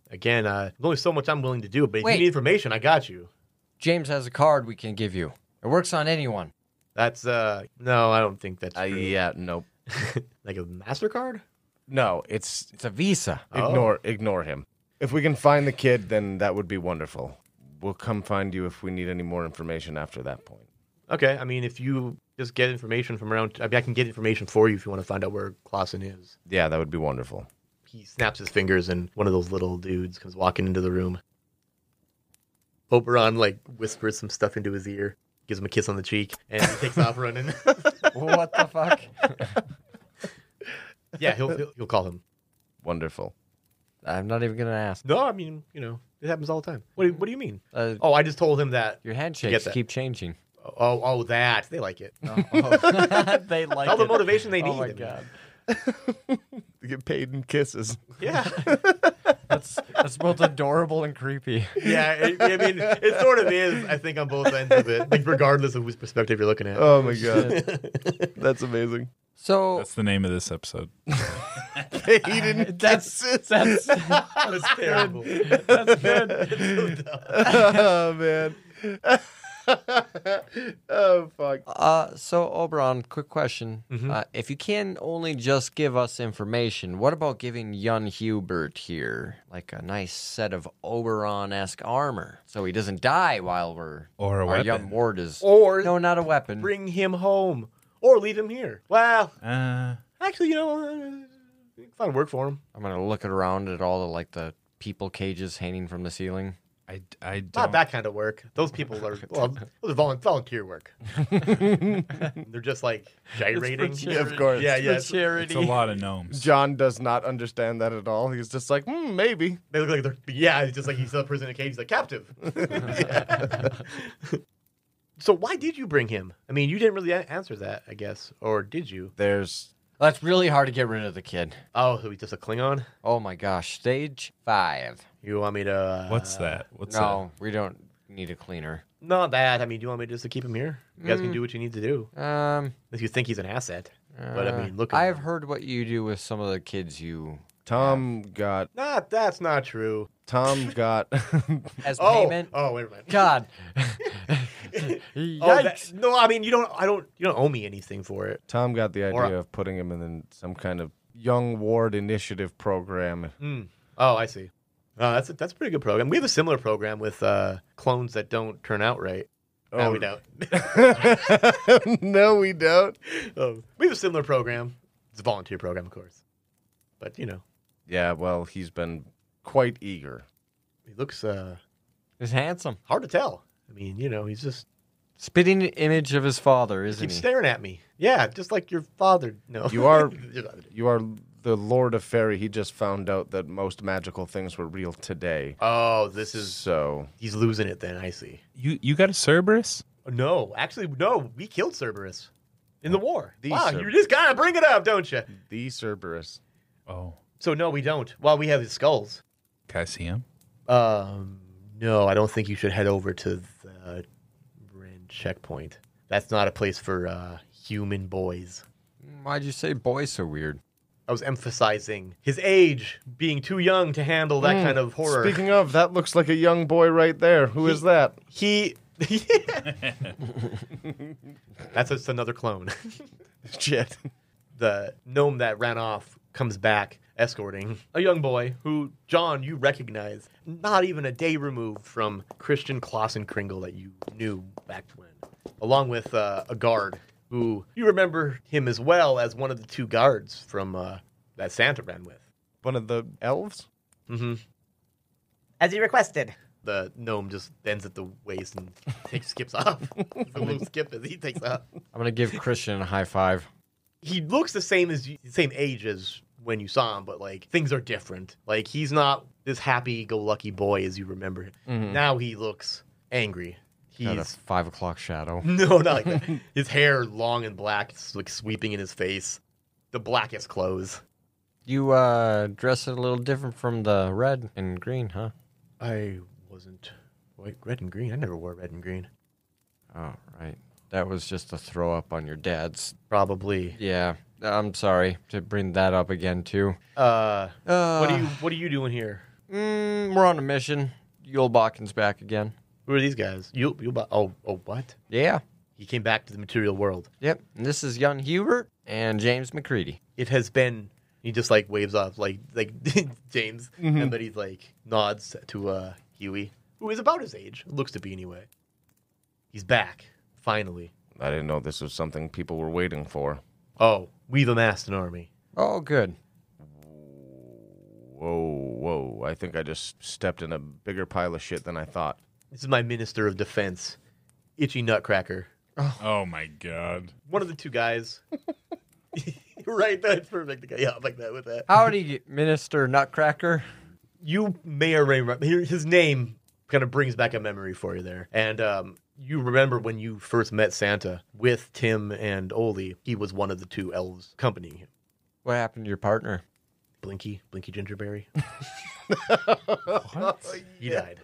Again, uh, there's only so much I'm willing to do, but if
Wait.
you need information, I got you.
James has a card we can give you. It works on anyone.
That's, uh, no, I don't think that's
Uh,
true.
yeah, nope.
like a MasterCard?
No, it's
It's a Visa.
Oh.
ignore ignore him. If we can find the kid, then that would be wonderful. We'll come find you if we need any more information after that point.
Okay, I mean, if you just get information from around, I mean, I can get information for you if you want to find out where Clausen is.
Yeah, that would be wonderful.
He snaps his fingers, and one of those little dudes comes walking into the room. Oberon, like, whispers some stuff into his ear, gives him a kiss on the cheek, and he takes off running.
what the fuck?
yeah, he'll, he'll, he'll call him.
Wonderful.
I'm not even gonna ask.
No, I mean, you know, it happens all the time. What do, what do you mean?
Uh,
Oh, I just told him that
Your handshakes
that.
keep changing.
Oh, oh, that they like it.
Oh, they like
All the
it. Oh
motivation they need. I mean,
You get paid in kisses.
Yeah,
that's that's both adorable and creepy.
yeah. it- I mean, it sort of is. I think on both ends of it, like regardless of whose perspective you're looking at.
Oh my god, that's amazing.
So
That's the name of this episode.
Paid in kisses.
that's
That's terrible.
oh man. oh fuck.
uh so Oberon, quick question.
Mm-hmm.
Uh, if you can only just give us information, what about giving Yun Hubert here like a nice set of Oberon esque armor so he doesn't die while we're
Or a
our young
weapon.
ward is
Or-
no not a weapon.
Bring him home or leave him here. Well,
Uh,
actually, you know, uh, find work for him.
I'm gonna look around at all the like the people cages hanging from the ceiling.
I, I don't.
Not that kind of work. Those people are well, those are volun- volunteer work. They're just like gyrating.
Yeah, of course.
Yeah, yeah. it's-
It's a lot of gnomes.
John does not understand that at all. He's just like, hmm, maybe.
They look like they're yeah, it's just like he's a person in a cage, he's a captive. so why did you bring him? I mean, you didn't really a- answer that, I guess, or did you?
There's
That's really hard to get rid of the kid.
Oh, so he's just a Klingon.
Oh my gosh, stage five.
You want me to? Uh,
What's that? What's
no, we don't need a cleaner.
Not that. I mean, do you want me just to keep him here? You guys can do what you need to do.
Um,
If you think he's an asset, but I
uh,
mean, look. at
I've
him.
heard what you do with some of the kids. You
Tom got
Not that's not true.
Tom got
as
Oh,
payment.
oh, wait a minute.
God.
Oh, that-
Yikes.
no, I mean you don't. I don't. You don't owe me anything for it.
Tom got the
Or-
idea of putting him in some kind of young ward initiative program.
Mm. Oh, I see. Uh, that's a, that's a pretty good program. We have a similar program with uh, clones that don't turn out right. Oh,
Oh.
we don't.
no, we don't.
Um, we have a similar program. It's a volunteer program, of course. But you know,
Yeah, well, he's been quite eager.
he looks uh,
He's handsome.
hard to tell. I mean, you know, he's just
Spitting image of his father, isn't
Keep
he?
staring at me. Yeah, just like your father. No,
You are- You are the Lord of Fairy. He just found out that most magical things were real today.
oh, this is.
So
He's losing it. Then I see.
You you got a Cerberus?
No, actually, no. We killed Cerberus in Oh, the Hmm. war.
The
wow, you
Cerberus.
just gotta bring it up, don't you?
the Cerberus.
Oh,
So no, we don't. Well, we have his skulls.
can I see him?
Um, no, I don't think you should head over to the Ren checkpoint. That's not a place for uh, human boys.
Why'd you say boy so weird?
I was emphasizing his age being too young to handle that kind of horror.
Speaking of, that looks like a young boy right there. Who is that?
he. That's just another clone.
Shit.
the gnome that ran off comes back escorting a young boy who John you recognize not even a day removed from Christian Clausen Kringle that you knew back when along with uh, a guard who you remember him as well as one of the two guards from uh, that Santa ran with
One of the elves?
hmm
As he requested.
the gnome just bends at the waist and takes, skips off the little skip as he takes off
I'm gonna give Christian a high five.
he looks the same as you- same age as when you saw him, but like things are different. Like he's not this happy-go-lucky boy as you remember him. Now he looks angry.
Got a
He's
five o'clock shadow.
no, not like that. His hair long and black, it's, like sweeping in his face. The blackest clothes.
You uh dress it a little different from the red and green, huh?
I wasn't white, red, and green. I never wore red and green.
Oh right. That was just a throw up on your dad's.
Probably.
Yeah. I'm sorry to bring that up again too.
Uh,
Uh,
what are you What are you doing here?
Mm, we're on a mission. Yulbakin's back again.
Who are these guys? You you bu- oh oh what?
Yeah.
He came back to the material world.
Yep. And this is young Hubert and James McCready.
it has been he just like waves off like like James and then he's like nods to uh Huey, who is about his age, looks to be anyway. He's back, finally.
I didn't know this was something people were waiting for.
Oh, we've amassed an army.
Oh, good.
Whoa, whoa. I think I just stepped in a bigger pile of shit than I thought.
This is my minister of defense, Itchy Nutcracker.
Oh my god.
One of the two guys. right, that's perfect. The guy- Yeah, I'm like that with that.
Howdy, Minister Nutcracker.
you may or may not. here- His name kind of brings back a memory for you there, and um, you remember when you first met Santa with Tim and Oli. He was one of the two elves accompanying him.
What happened to your partner?
Blinky, Blinky Gingerberry. He died.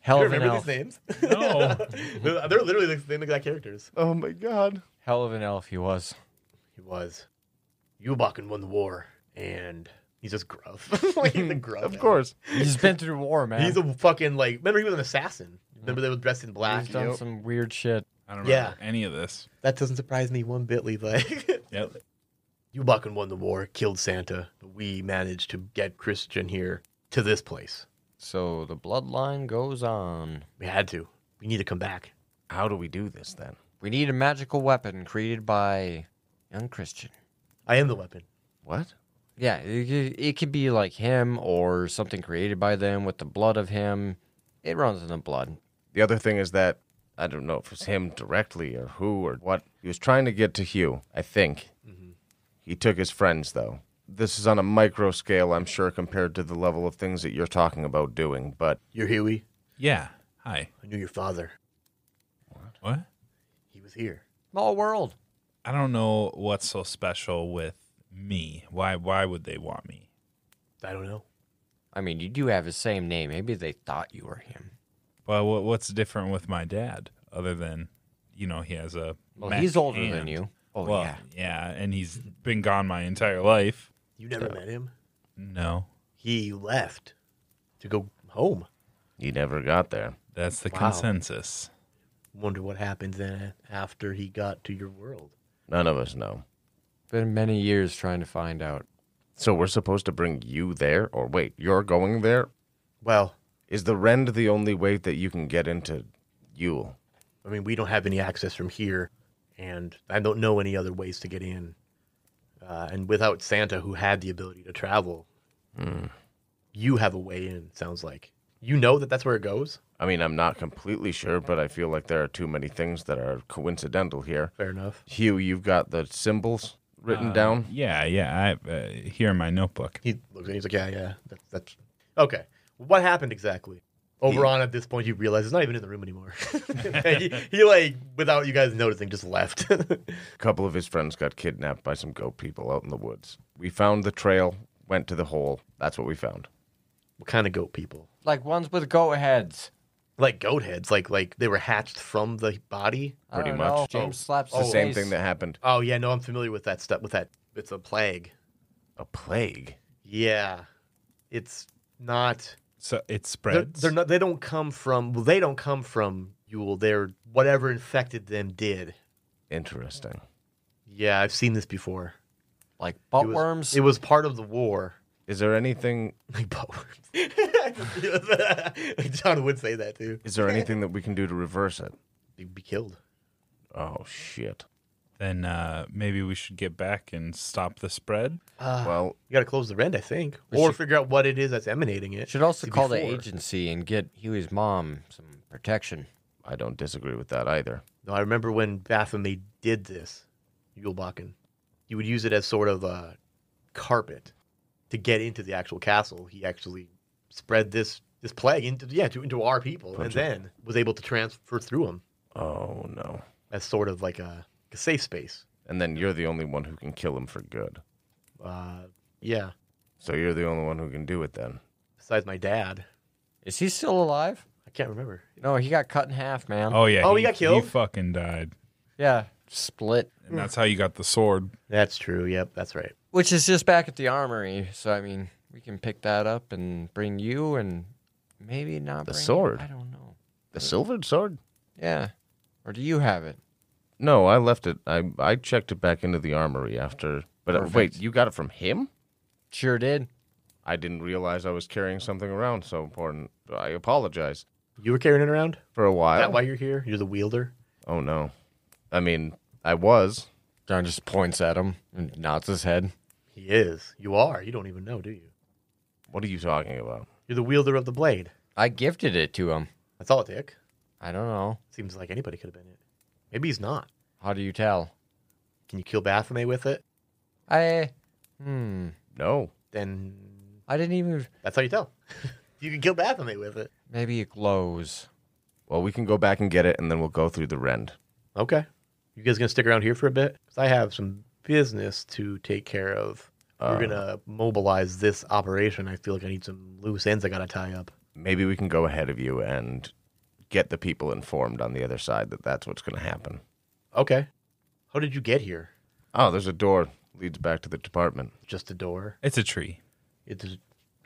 Hell
you
of an
remember these
elf.
names?
No.
They're they're literally the same exact characters.
Oh my god.
Hell of an elf he was.
He was. Yubakan won the war, and he's just gruff. like, he's a gruff.
Of
elf.
course.
He's been through war, man.
He's a fucking like. Remember, he was an assassin. Remember, they were dressed in black.
He's done
Yep.
some weird shit.
I don't remember
Yeah.
any of this.
That doesn't surprise me one bit, Levi.
Yep.
Yubakan won the war, killed Santa, but we managed to get Christian here to this place.
So the bloodline goes on.
We had to. We need to come back.
How do we do this then?
We need a magical weapon created by young Christian.
I am the weapon.
What?
Yeah, it, could- it could be like him or something created by them with the blood of him. It runs in the blood.
The other thing is that I don't know if it was him directly or who or what. He was trying to get to Hugh, I think. He took his friends, though. This is on a micro scale, I'm sure, compared to the level of things that you're talking about doing, but
You're Huey.
Yeah. Hi.
I knew your father.
What?
He was here.
Small world.
I don't know what's so special with me. Why why would they want me?
I don't know.
I mean, you do have his same name. Maybe they thought you were him.
Well, what, what's different with my dad other than, you know, he has a
Well,
mech
he's older than
hand.
you. Oh,
well,
yeah.
Yeah, and he's been gone my entire life.
You never met him.
No.
He left to go home.
he never got there.
That's the
Wow.
consensus.
Wonder what happened then after he got to your world.
None of us know.
Been many years trying to find out.
So we're supposed to bring you there? Or wait, you're going there?
Well,
Is the Rend the only way that you can get into Yule?
I mean, we don't have any access from here, and I don't know any other ways to get in. Uh, and without Santa, who had the ability to travel, you have a way in. Sounds like You know that that's where it goes.
I mean, I'm not completely sure, but I feel like there are too many things that are coincidental here.
Fair enough.
Hugh, you've got the symbols written down.
Mm-hmm.
Yeah, yeah. I uh, here in my notebook.
He looks and he's like, yeah, yeah, that's, that's okay. What happened exactly? Oberon at this point, you realize he's not even in the room anymore. he, he like, without you guys noticing, just left.
A couple of his friends got kidnapped by some goat people out in the woods. We found the trail, went to the hole. That's what we found.
what kind of goat people?
Like ones with goat heads.
Like goat heads, like like they were hatched from the body.
I
Pretty
don't
much.
know.
Oh,
James slaps
It's the same thing that happened.
Oh yeah, no, I'm familiar with that stuff. With that, it's a plague.
A plague.
Yeah, it's not.
So it
They're,
spreads.
they're not. They don't come from. Well, they don't come from Yule. They're whatever infected them did.
Interesting.
Yeah, I've seen this before.
like
It was-
buttworms.
It was part of the war.
Is there anything?
Like buttworms. John would say that too.
Is there anything that we can do to reverse it?
You'd be killed.
Oh shit.
then uh, maybe we should get back and stop the spread.
Well,
You got to close the rent, I think, or figure out what it is that's emanating it.
Should also
to
call the
before.
agency and get Huey's mom some protection.
I don't disagree with that either.
No, I remember when Baphomet did this, Yulbakken. He would use it as sort of a carpet to get into the actual castle. He actually spread this this plague into yeah to, into our people, and then was able to transfer through them
Oh no.
as sort of like a, a safe space.
And then you're the only one who can kill him for good.
Uh, yeah.
So you're the only one who can do it then.
Besides my dad,
Is he still alive?
I can't remember.
No, he got cut in half, man.
Oh yeah.
Oh, he got killed? Hmm.
He fucking died,
Yeah, split.
and that's how you got the sword.
That's true. Yep, that's right.
Which is just back at the armory. So I mean, we can pick that up and bring you and maybe not
The
bring-
sword.
I don't know.
The silvered sword?
Yeah, or do you have it?
No, I left it. I I checked it back into the armory after. But uh, wait, you got it from him?
Sure did.
I didn't realize I was carrying something around so important. I apologize.
You were carrying it around.
For a
Is
while.
that why you're here? You're the wielder.
Oh no. I mean, I was.
John just points at him and nods his head.
He is. You are. You don't even know, do you?
What are you talking about?
You're the wielder of the blade.
I gifted it to him.
That's all it took.
I don't know.
Seems like anybody could have been it. Maybe he's not.
How do you tell?
Can you kill Baphomet with it?
I hmm.
No.
Then
I didn't even.
that's how you tell. you can kill Baphomet with it.
Maybe it glows.
Well, we can go back and get it and then we'll go through the rend.
Okay. You guys gonna stick around here for a bit? Because I have some business to take care of. We're gonna mobilize this operation. I feel like I need some loose ends I gotta tie up.
Maybe we can go ahead of you and get the people informed on the other side that that's what's going to happen.
Okay. How did you get here?
Oh, there's a door leads back to the department.
Just a door.
It's a tree.
It's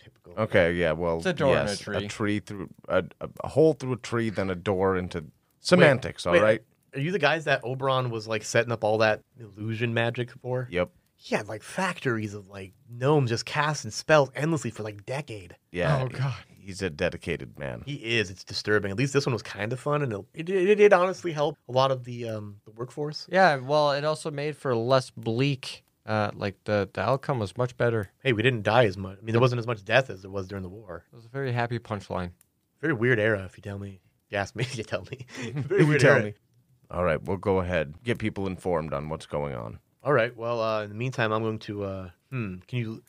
typical.
Okay, yeah, well,
It's a door and a
yes,
tree.
through a, a- a hole through a tree, then a door into semantics. All right.
Wait, Are you the guys that Oberon was like setting up all that illusion magic for?
Yep.
He had like factories of like gnomes just casting spells endlessly for like decade.
Yeah.
Oh, God.
He's a dedicated man.
He is. It's disturbing. At least this one was kind of fun, and it, it, did- it did honestly help a lot of the um the workforce.
Yeah, well, it also made for less bleak. Uh, like the the outcome was much better.
Hey, we didn't die as much. I mean, there wasn't as much death as there was during the war.
It was a very happy punchline.
Very weird era, if you tell me. If you ask me, you tell me. Very
You
weird
tell
era.
me. All right, we'll go ahead. Get people informed on what's going on.
All right. Well, uh, in the meantime, I'm going to. Uh, hmm. Can you?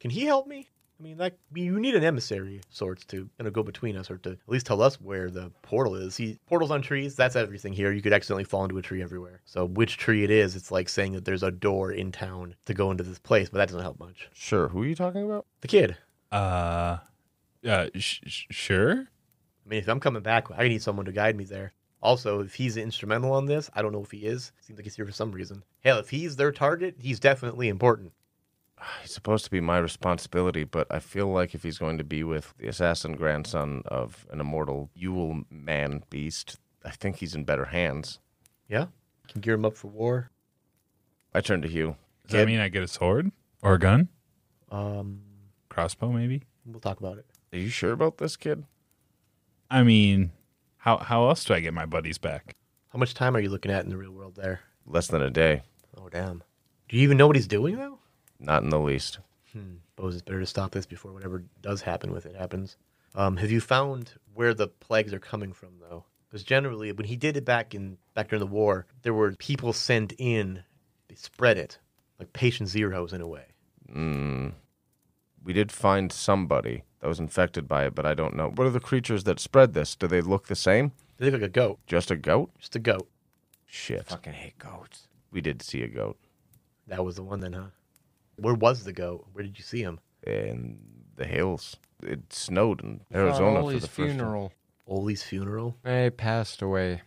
Can he help me? I mean, like you need an emissary of sorts to you know, go between us, or to at least tell us where the portal is. He portals on trees. That's everything here. You could accidentally fall into a tree everywhere. So which tree it is, it's like saying that there's a door in town to go into this place, but that doesn't help much.
Sure. Who are you talking about?
The kid.
Uh, uh, sh- sh- sure.
I mean, if I'm coming back, I need someone to guide me there. Also, if he's instrumental on this, I don't know if he is. Seems like he's here for some reason. Hell, if he's their target, he's definitely important.
It's supposed to be my responsibility, but I feel like if he's going to be with the assassin grandson of an immortal Yule man beast, I think he's in better hands.
Yeah, can gear him up for war.
I turn to Hugh.
Does that mean I get a sword or a gun,
Um,
crossbow maybe?
we'll talk about it.
Are you sure about this kid?
I mean, how how else do I get my buddies back?
How much time are you looking at in the real world there?
Less than a day.
Oh, damn. Do you even know what he's doing, though?
Not in the least.
Hmm. Bose, it's better to stop this before whatever does happen with it happens. Um, have you found where the plagues are coming from, though? Because generally, when he did it back in back during the war, there were people sent in, they spread it like patient zeros in a way.
We did find somebody that was infected by it, but I don't know. What are the creatures that spread this? Do they look the same?
They look like a goat,
Just a goat?
just a goat.
Shit.
Fucking hate goats.
We did see a goat
That was the one then, huh? Where was the goat? Where did you see him?
in the hills. It snowed in Arizona for the first time.
funeral.
Ollie's funeral.
They passed away.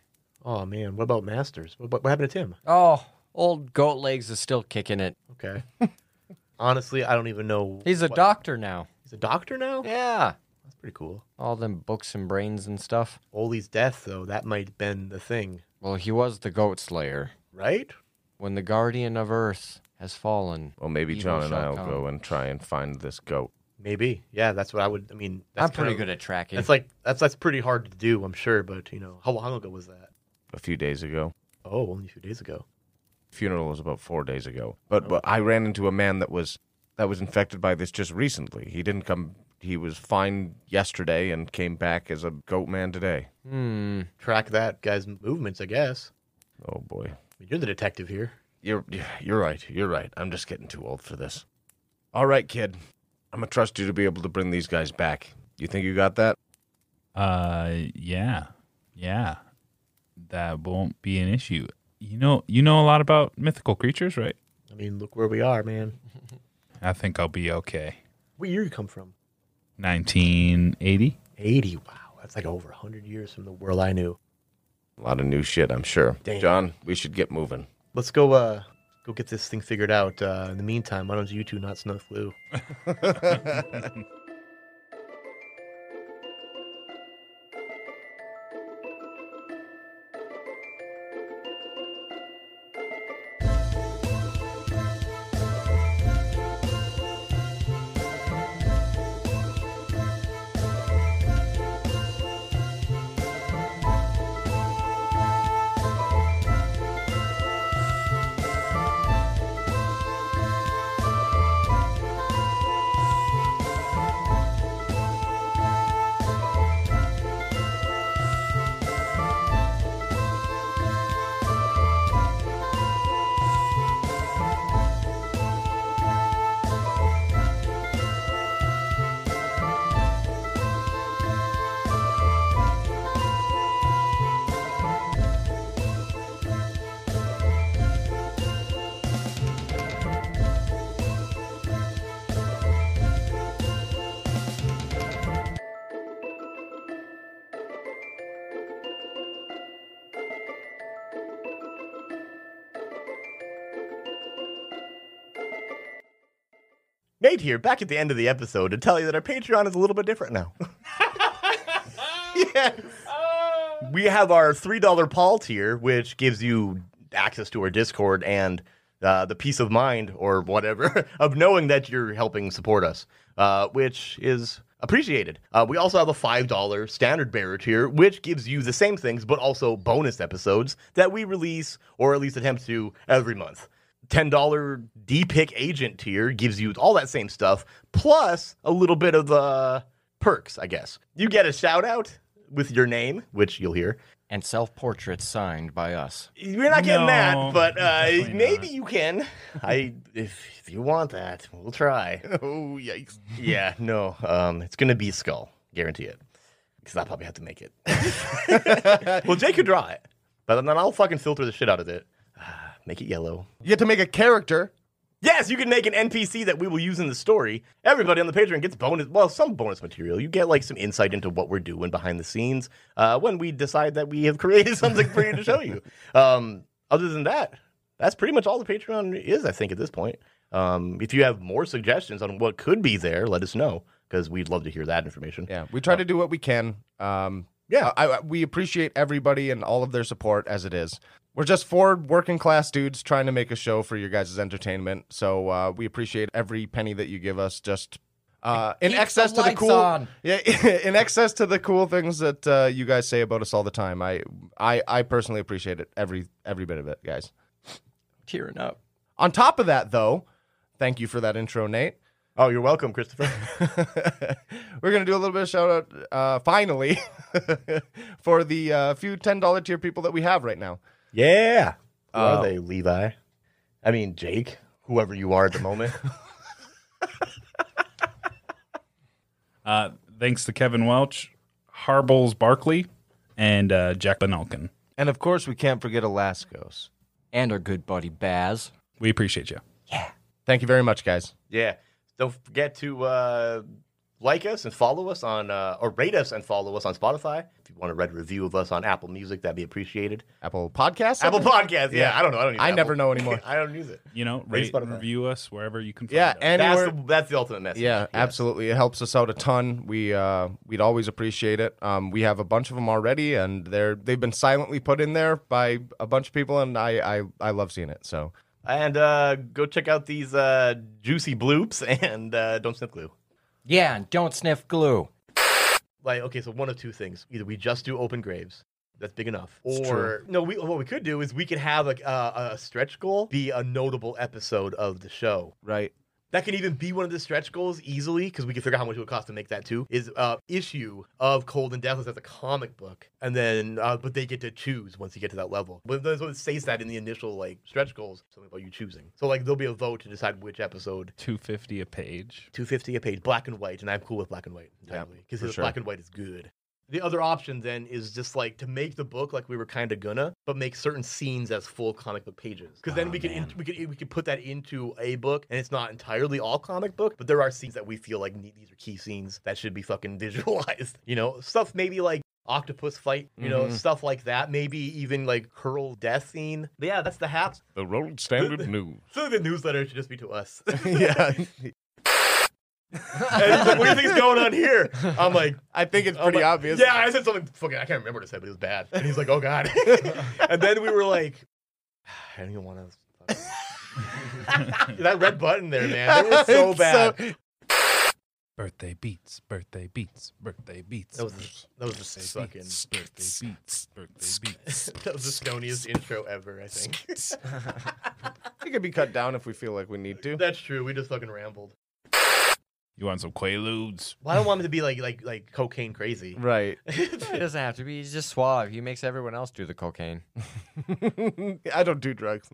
Oh man, what about Masters? What, what, what happened to Tim?
Oh, old goat legs is still kicking it.
Okay. Honestly, I don't even know.
He's a
what-
doctor now.
He's a doctor now.
Yeah.
That's pretty cool.
All them books and brains and stuff.
Ollie's death, though, that might have been the thing,
Well, he was the goat slayer.
right?
When the guardian of earth has fallen.
Well, maybe
Evil
John and
shall
I'll
come.
go and try and find this goat.
Maybe. Yeah, that's what I would. I mean, that's
I'm pretty
kind of-
good at tracking.
That's like that's that's pretty hard to do, I'm sure. But you know, how long ago was that?
A few days ago,
Oh, only a few days ago.
funeral was about four days ago. But, but I ran into a man that was that was infected by this just recently. He didn't come. He was fine yesterday and came back as a goat man today.
hmm.
Track that guy's movements, I guess.
Oh boy,
I mean, you're the detective here.
you're you're right. You're right. I'm just getting too old for this. All right, kid. I'm gonna trust you to be able to bring these guys back. You think you got that?
Uh, yeah, yeah, that won't be an issue. You know, you know a lot about mythical creatures, right?
I mean, look where we are, man.
I think I'll be okay.
What year you come from?
1980.
80. Wow, that's like over 100 years from the world I knew.
A lot of new shit, I'm sure.
Damn.
John, we should get moving.
Let's go. Uh, go get this thing figured out. Uh, in the meantime, why don't you two not snow flu? Nate here, back at the end of the episode to tell you that our Patreon is a little bit different now. yes. We have our $3 Paul tier, which gives you access to our Discord and uh, the peace of mind or whatever of knowing that you're helping support us, uh, which is appreciated. Uh, we also have a $5 standard bearer tier, which gives you the same things, but also bonus episodes that we release or at least attempt to every month. $10 D pick agent tier gives you all that same stuff, plus a little bit of the perks, I guess. You get a shout out with your name, which you'll hear.
And self portraits signed by us.
You're not getting
No,
that, but uh,
definitely
maybe
not.
you can. I if, if you want that, we'll try.
Oh, yikes.
yeah, no, um, it's gonna be a skull, guarantee it. Because I probably have to make it. well, Jake could draw it, but then I'll fucking filter the shit out of it. Make it yellow.
You get to make a character.
Yes, you can make an NPC that we will use in the story. Everybody on the Patreon gets bonus, well, some bonus material. You get like some insight into what we're doing behind the scenes uh, when we decide that we have created something for you to show you. Um, other than that, that's pretty much all the Patreon is, I think, at this point. Um, if you have more suggestions on what could be there, let us know because we'd love to hear that information.
Yeah, we try to do what we can. Um, yeah, I, I- we appreciate everybody and all of their support as it is. We're just four working class dudes trying to make a show for your guys' entertainment. So uh, we appreciate every penny that you give us. Just uh, in
Keep the
excess to the
lights
cool,
on.
yeah, in excess to the cool things that uh, you guys say about us all the time. I, I, I personally appreciate it every every bit of it, guys.
Tearing up.
On top of that, though, thank you for that intro, Nate.
Oh, you're welcome, Christopher.
We're gonna do a little bit of shout out, uh, finally, for the uh, few ten dollar tier people that we have right now.
yeah. Who
Oh.
are they, Levi? I mean, Jake, whoever you are at the moment.
Uh, thanks to Kevin Welch, Harbles Barkley, and uh, Jack Benalkin.
And of course, we can't forget Alaskos.
And our good buddy Baz.
We appreciate you.
Thank you very much, guys.
yeah. Don't forget to uh, like us and follow us on, uh, or rate us and follow us on Spotify. If you want to read a review of us on Apple Music, that'd be appreciated.
Apple Podcasts.
Apple Podcast. Yeah, I don't know. I don't. Use
I
Apple.
never know anymore.
I don't use it.
You know,
Rate
rate,
Spotify.
and review us wherever you can. Find
Yeah,
us.
and
That's the, that's the ultimate message.
Yeah,
Yes.
absolutely. It helps us out a ton. We uh, we'd always appreciate it. Um, we have a bunch of them already, and they're they've been silently put in there by a bunch of people, and I I, I love seeing it. So
And uh, go check out these uh, juicy bloops and uh, don't sniff glue.
Yeah, and don't sniff glue.
Like, okay, so one of two things: either we just do open graves, that's big enough,
It's
or no. We, what we could do is we could have a, a, a stretch goal be a notable episode of the show.
right,
That can even be one of the stretch goals easily because we can figure out how much it would cost to make that too. Is uh, issue of Cold and Deathless as a comic book, and then uh, but they get to choose once you get to that level. But that's what it says that in the initial like stretch goals, something about you choosing. So like there'll be a vote to decide which episode.
250 a page.
Two fifty a page, black and white, and I'm cool with black and white entirely because
for sure.
black and white is good. The other option then is just like to make the book like we were kind of gonna, but make certain scenes as full comic book pages. Because then
Oh,
Aw,
we could in,
man.
we could we could put that into a book, and it's not entirely all comic book, but there are scenes that we feel like need, these are key scenes that should be fucking visualized. You know, stuff maybe like octopus fight, you know,
Mhm.
stuff like that. Maybe even like curl death scene. But yeah, that's the haps.
the Road Standard News.
So the newsletter should just be to us.
yeah,
And he's like, what do you think's going on here? I'm like,
I think it's
I'm
pretty
like,
obvious.
Yeah, I said something fucking I can't remember what I said, but it was bad. And he's like, oh god. and then we were like, I don't even want to. that red button there, man. It was so
It's
bad.
Birthday beats, birthday beats, birthday beats.
that was the, that was the
Birthday
fucking
beats, birthday beats, birthday beats.
that was the stoniest intro ever. I think
It could be cut down if we feel like we need to.
that's true. We just fucking rambled.
You want some Quaaludes?
Well, I don't want him to be like like like cocaine crazy.
Right.
He doesn't have to be. He's just suave. He makes everyone else do the cocaine.
I don't do drugs.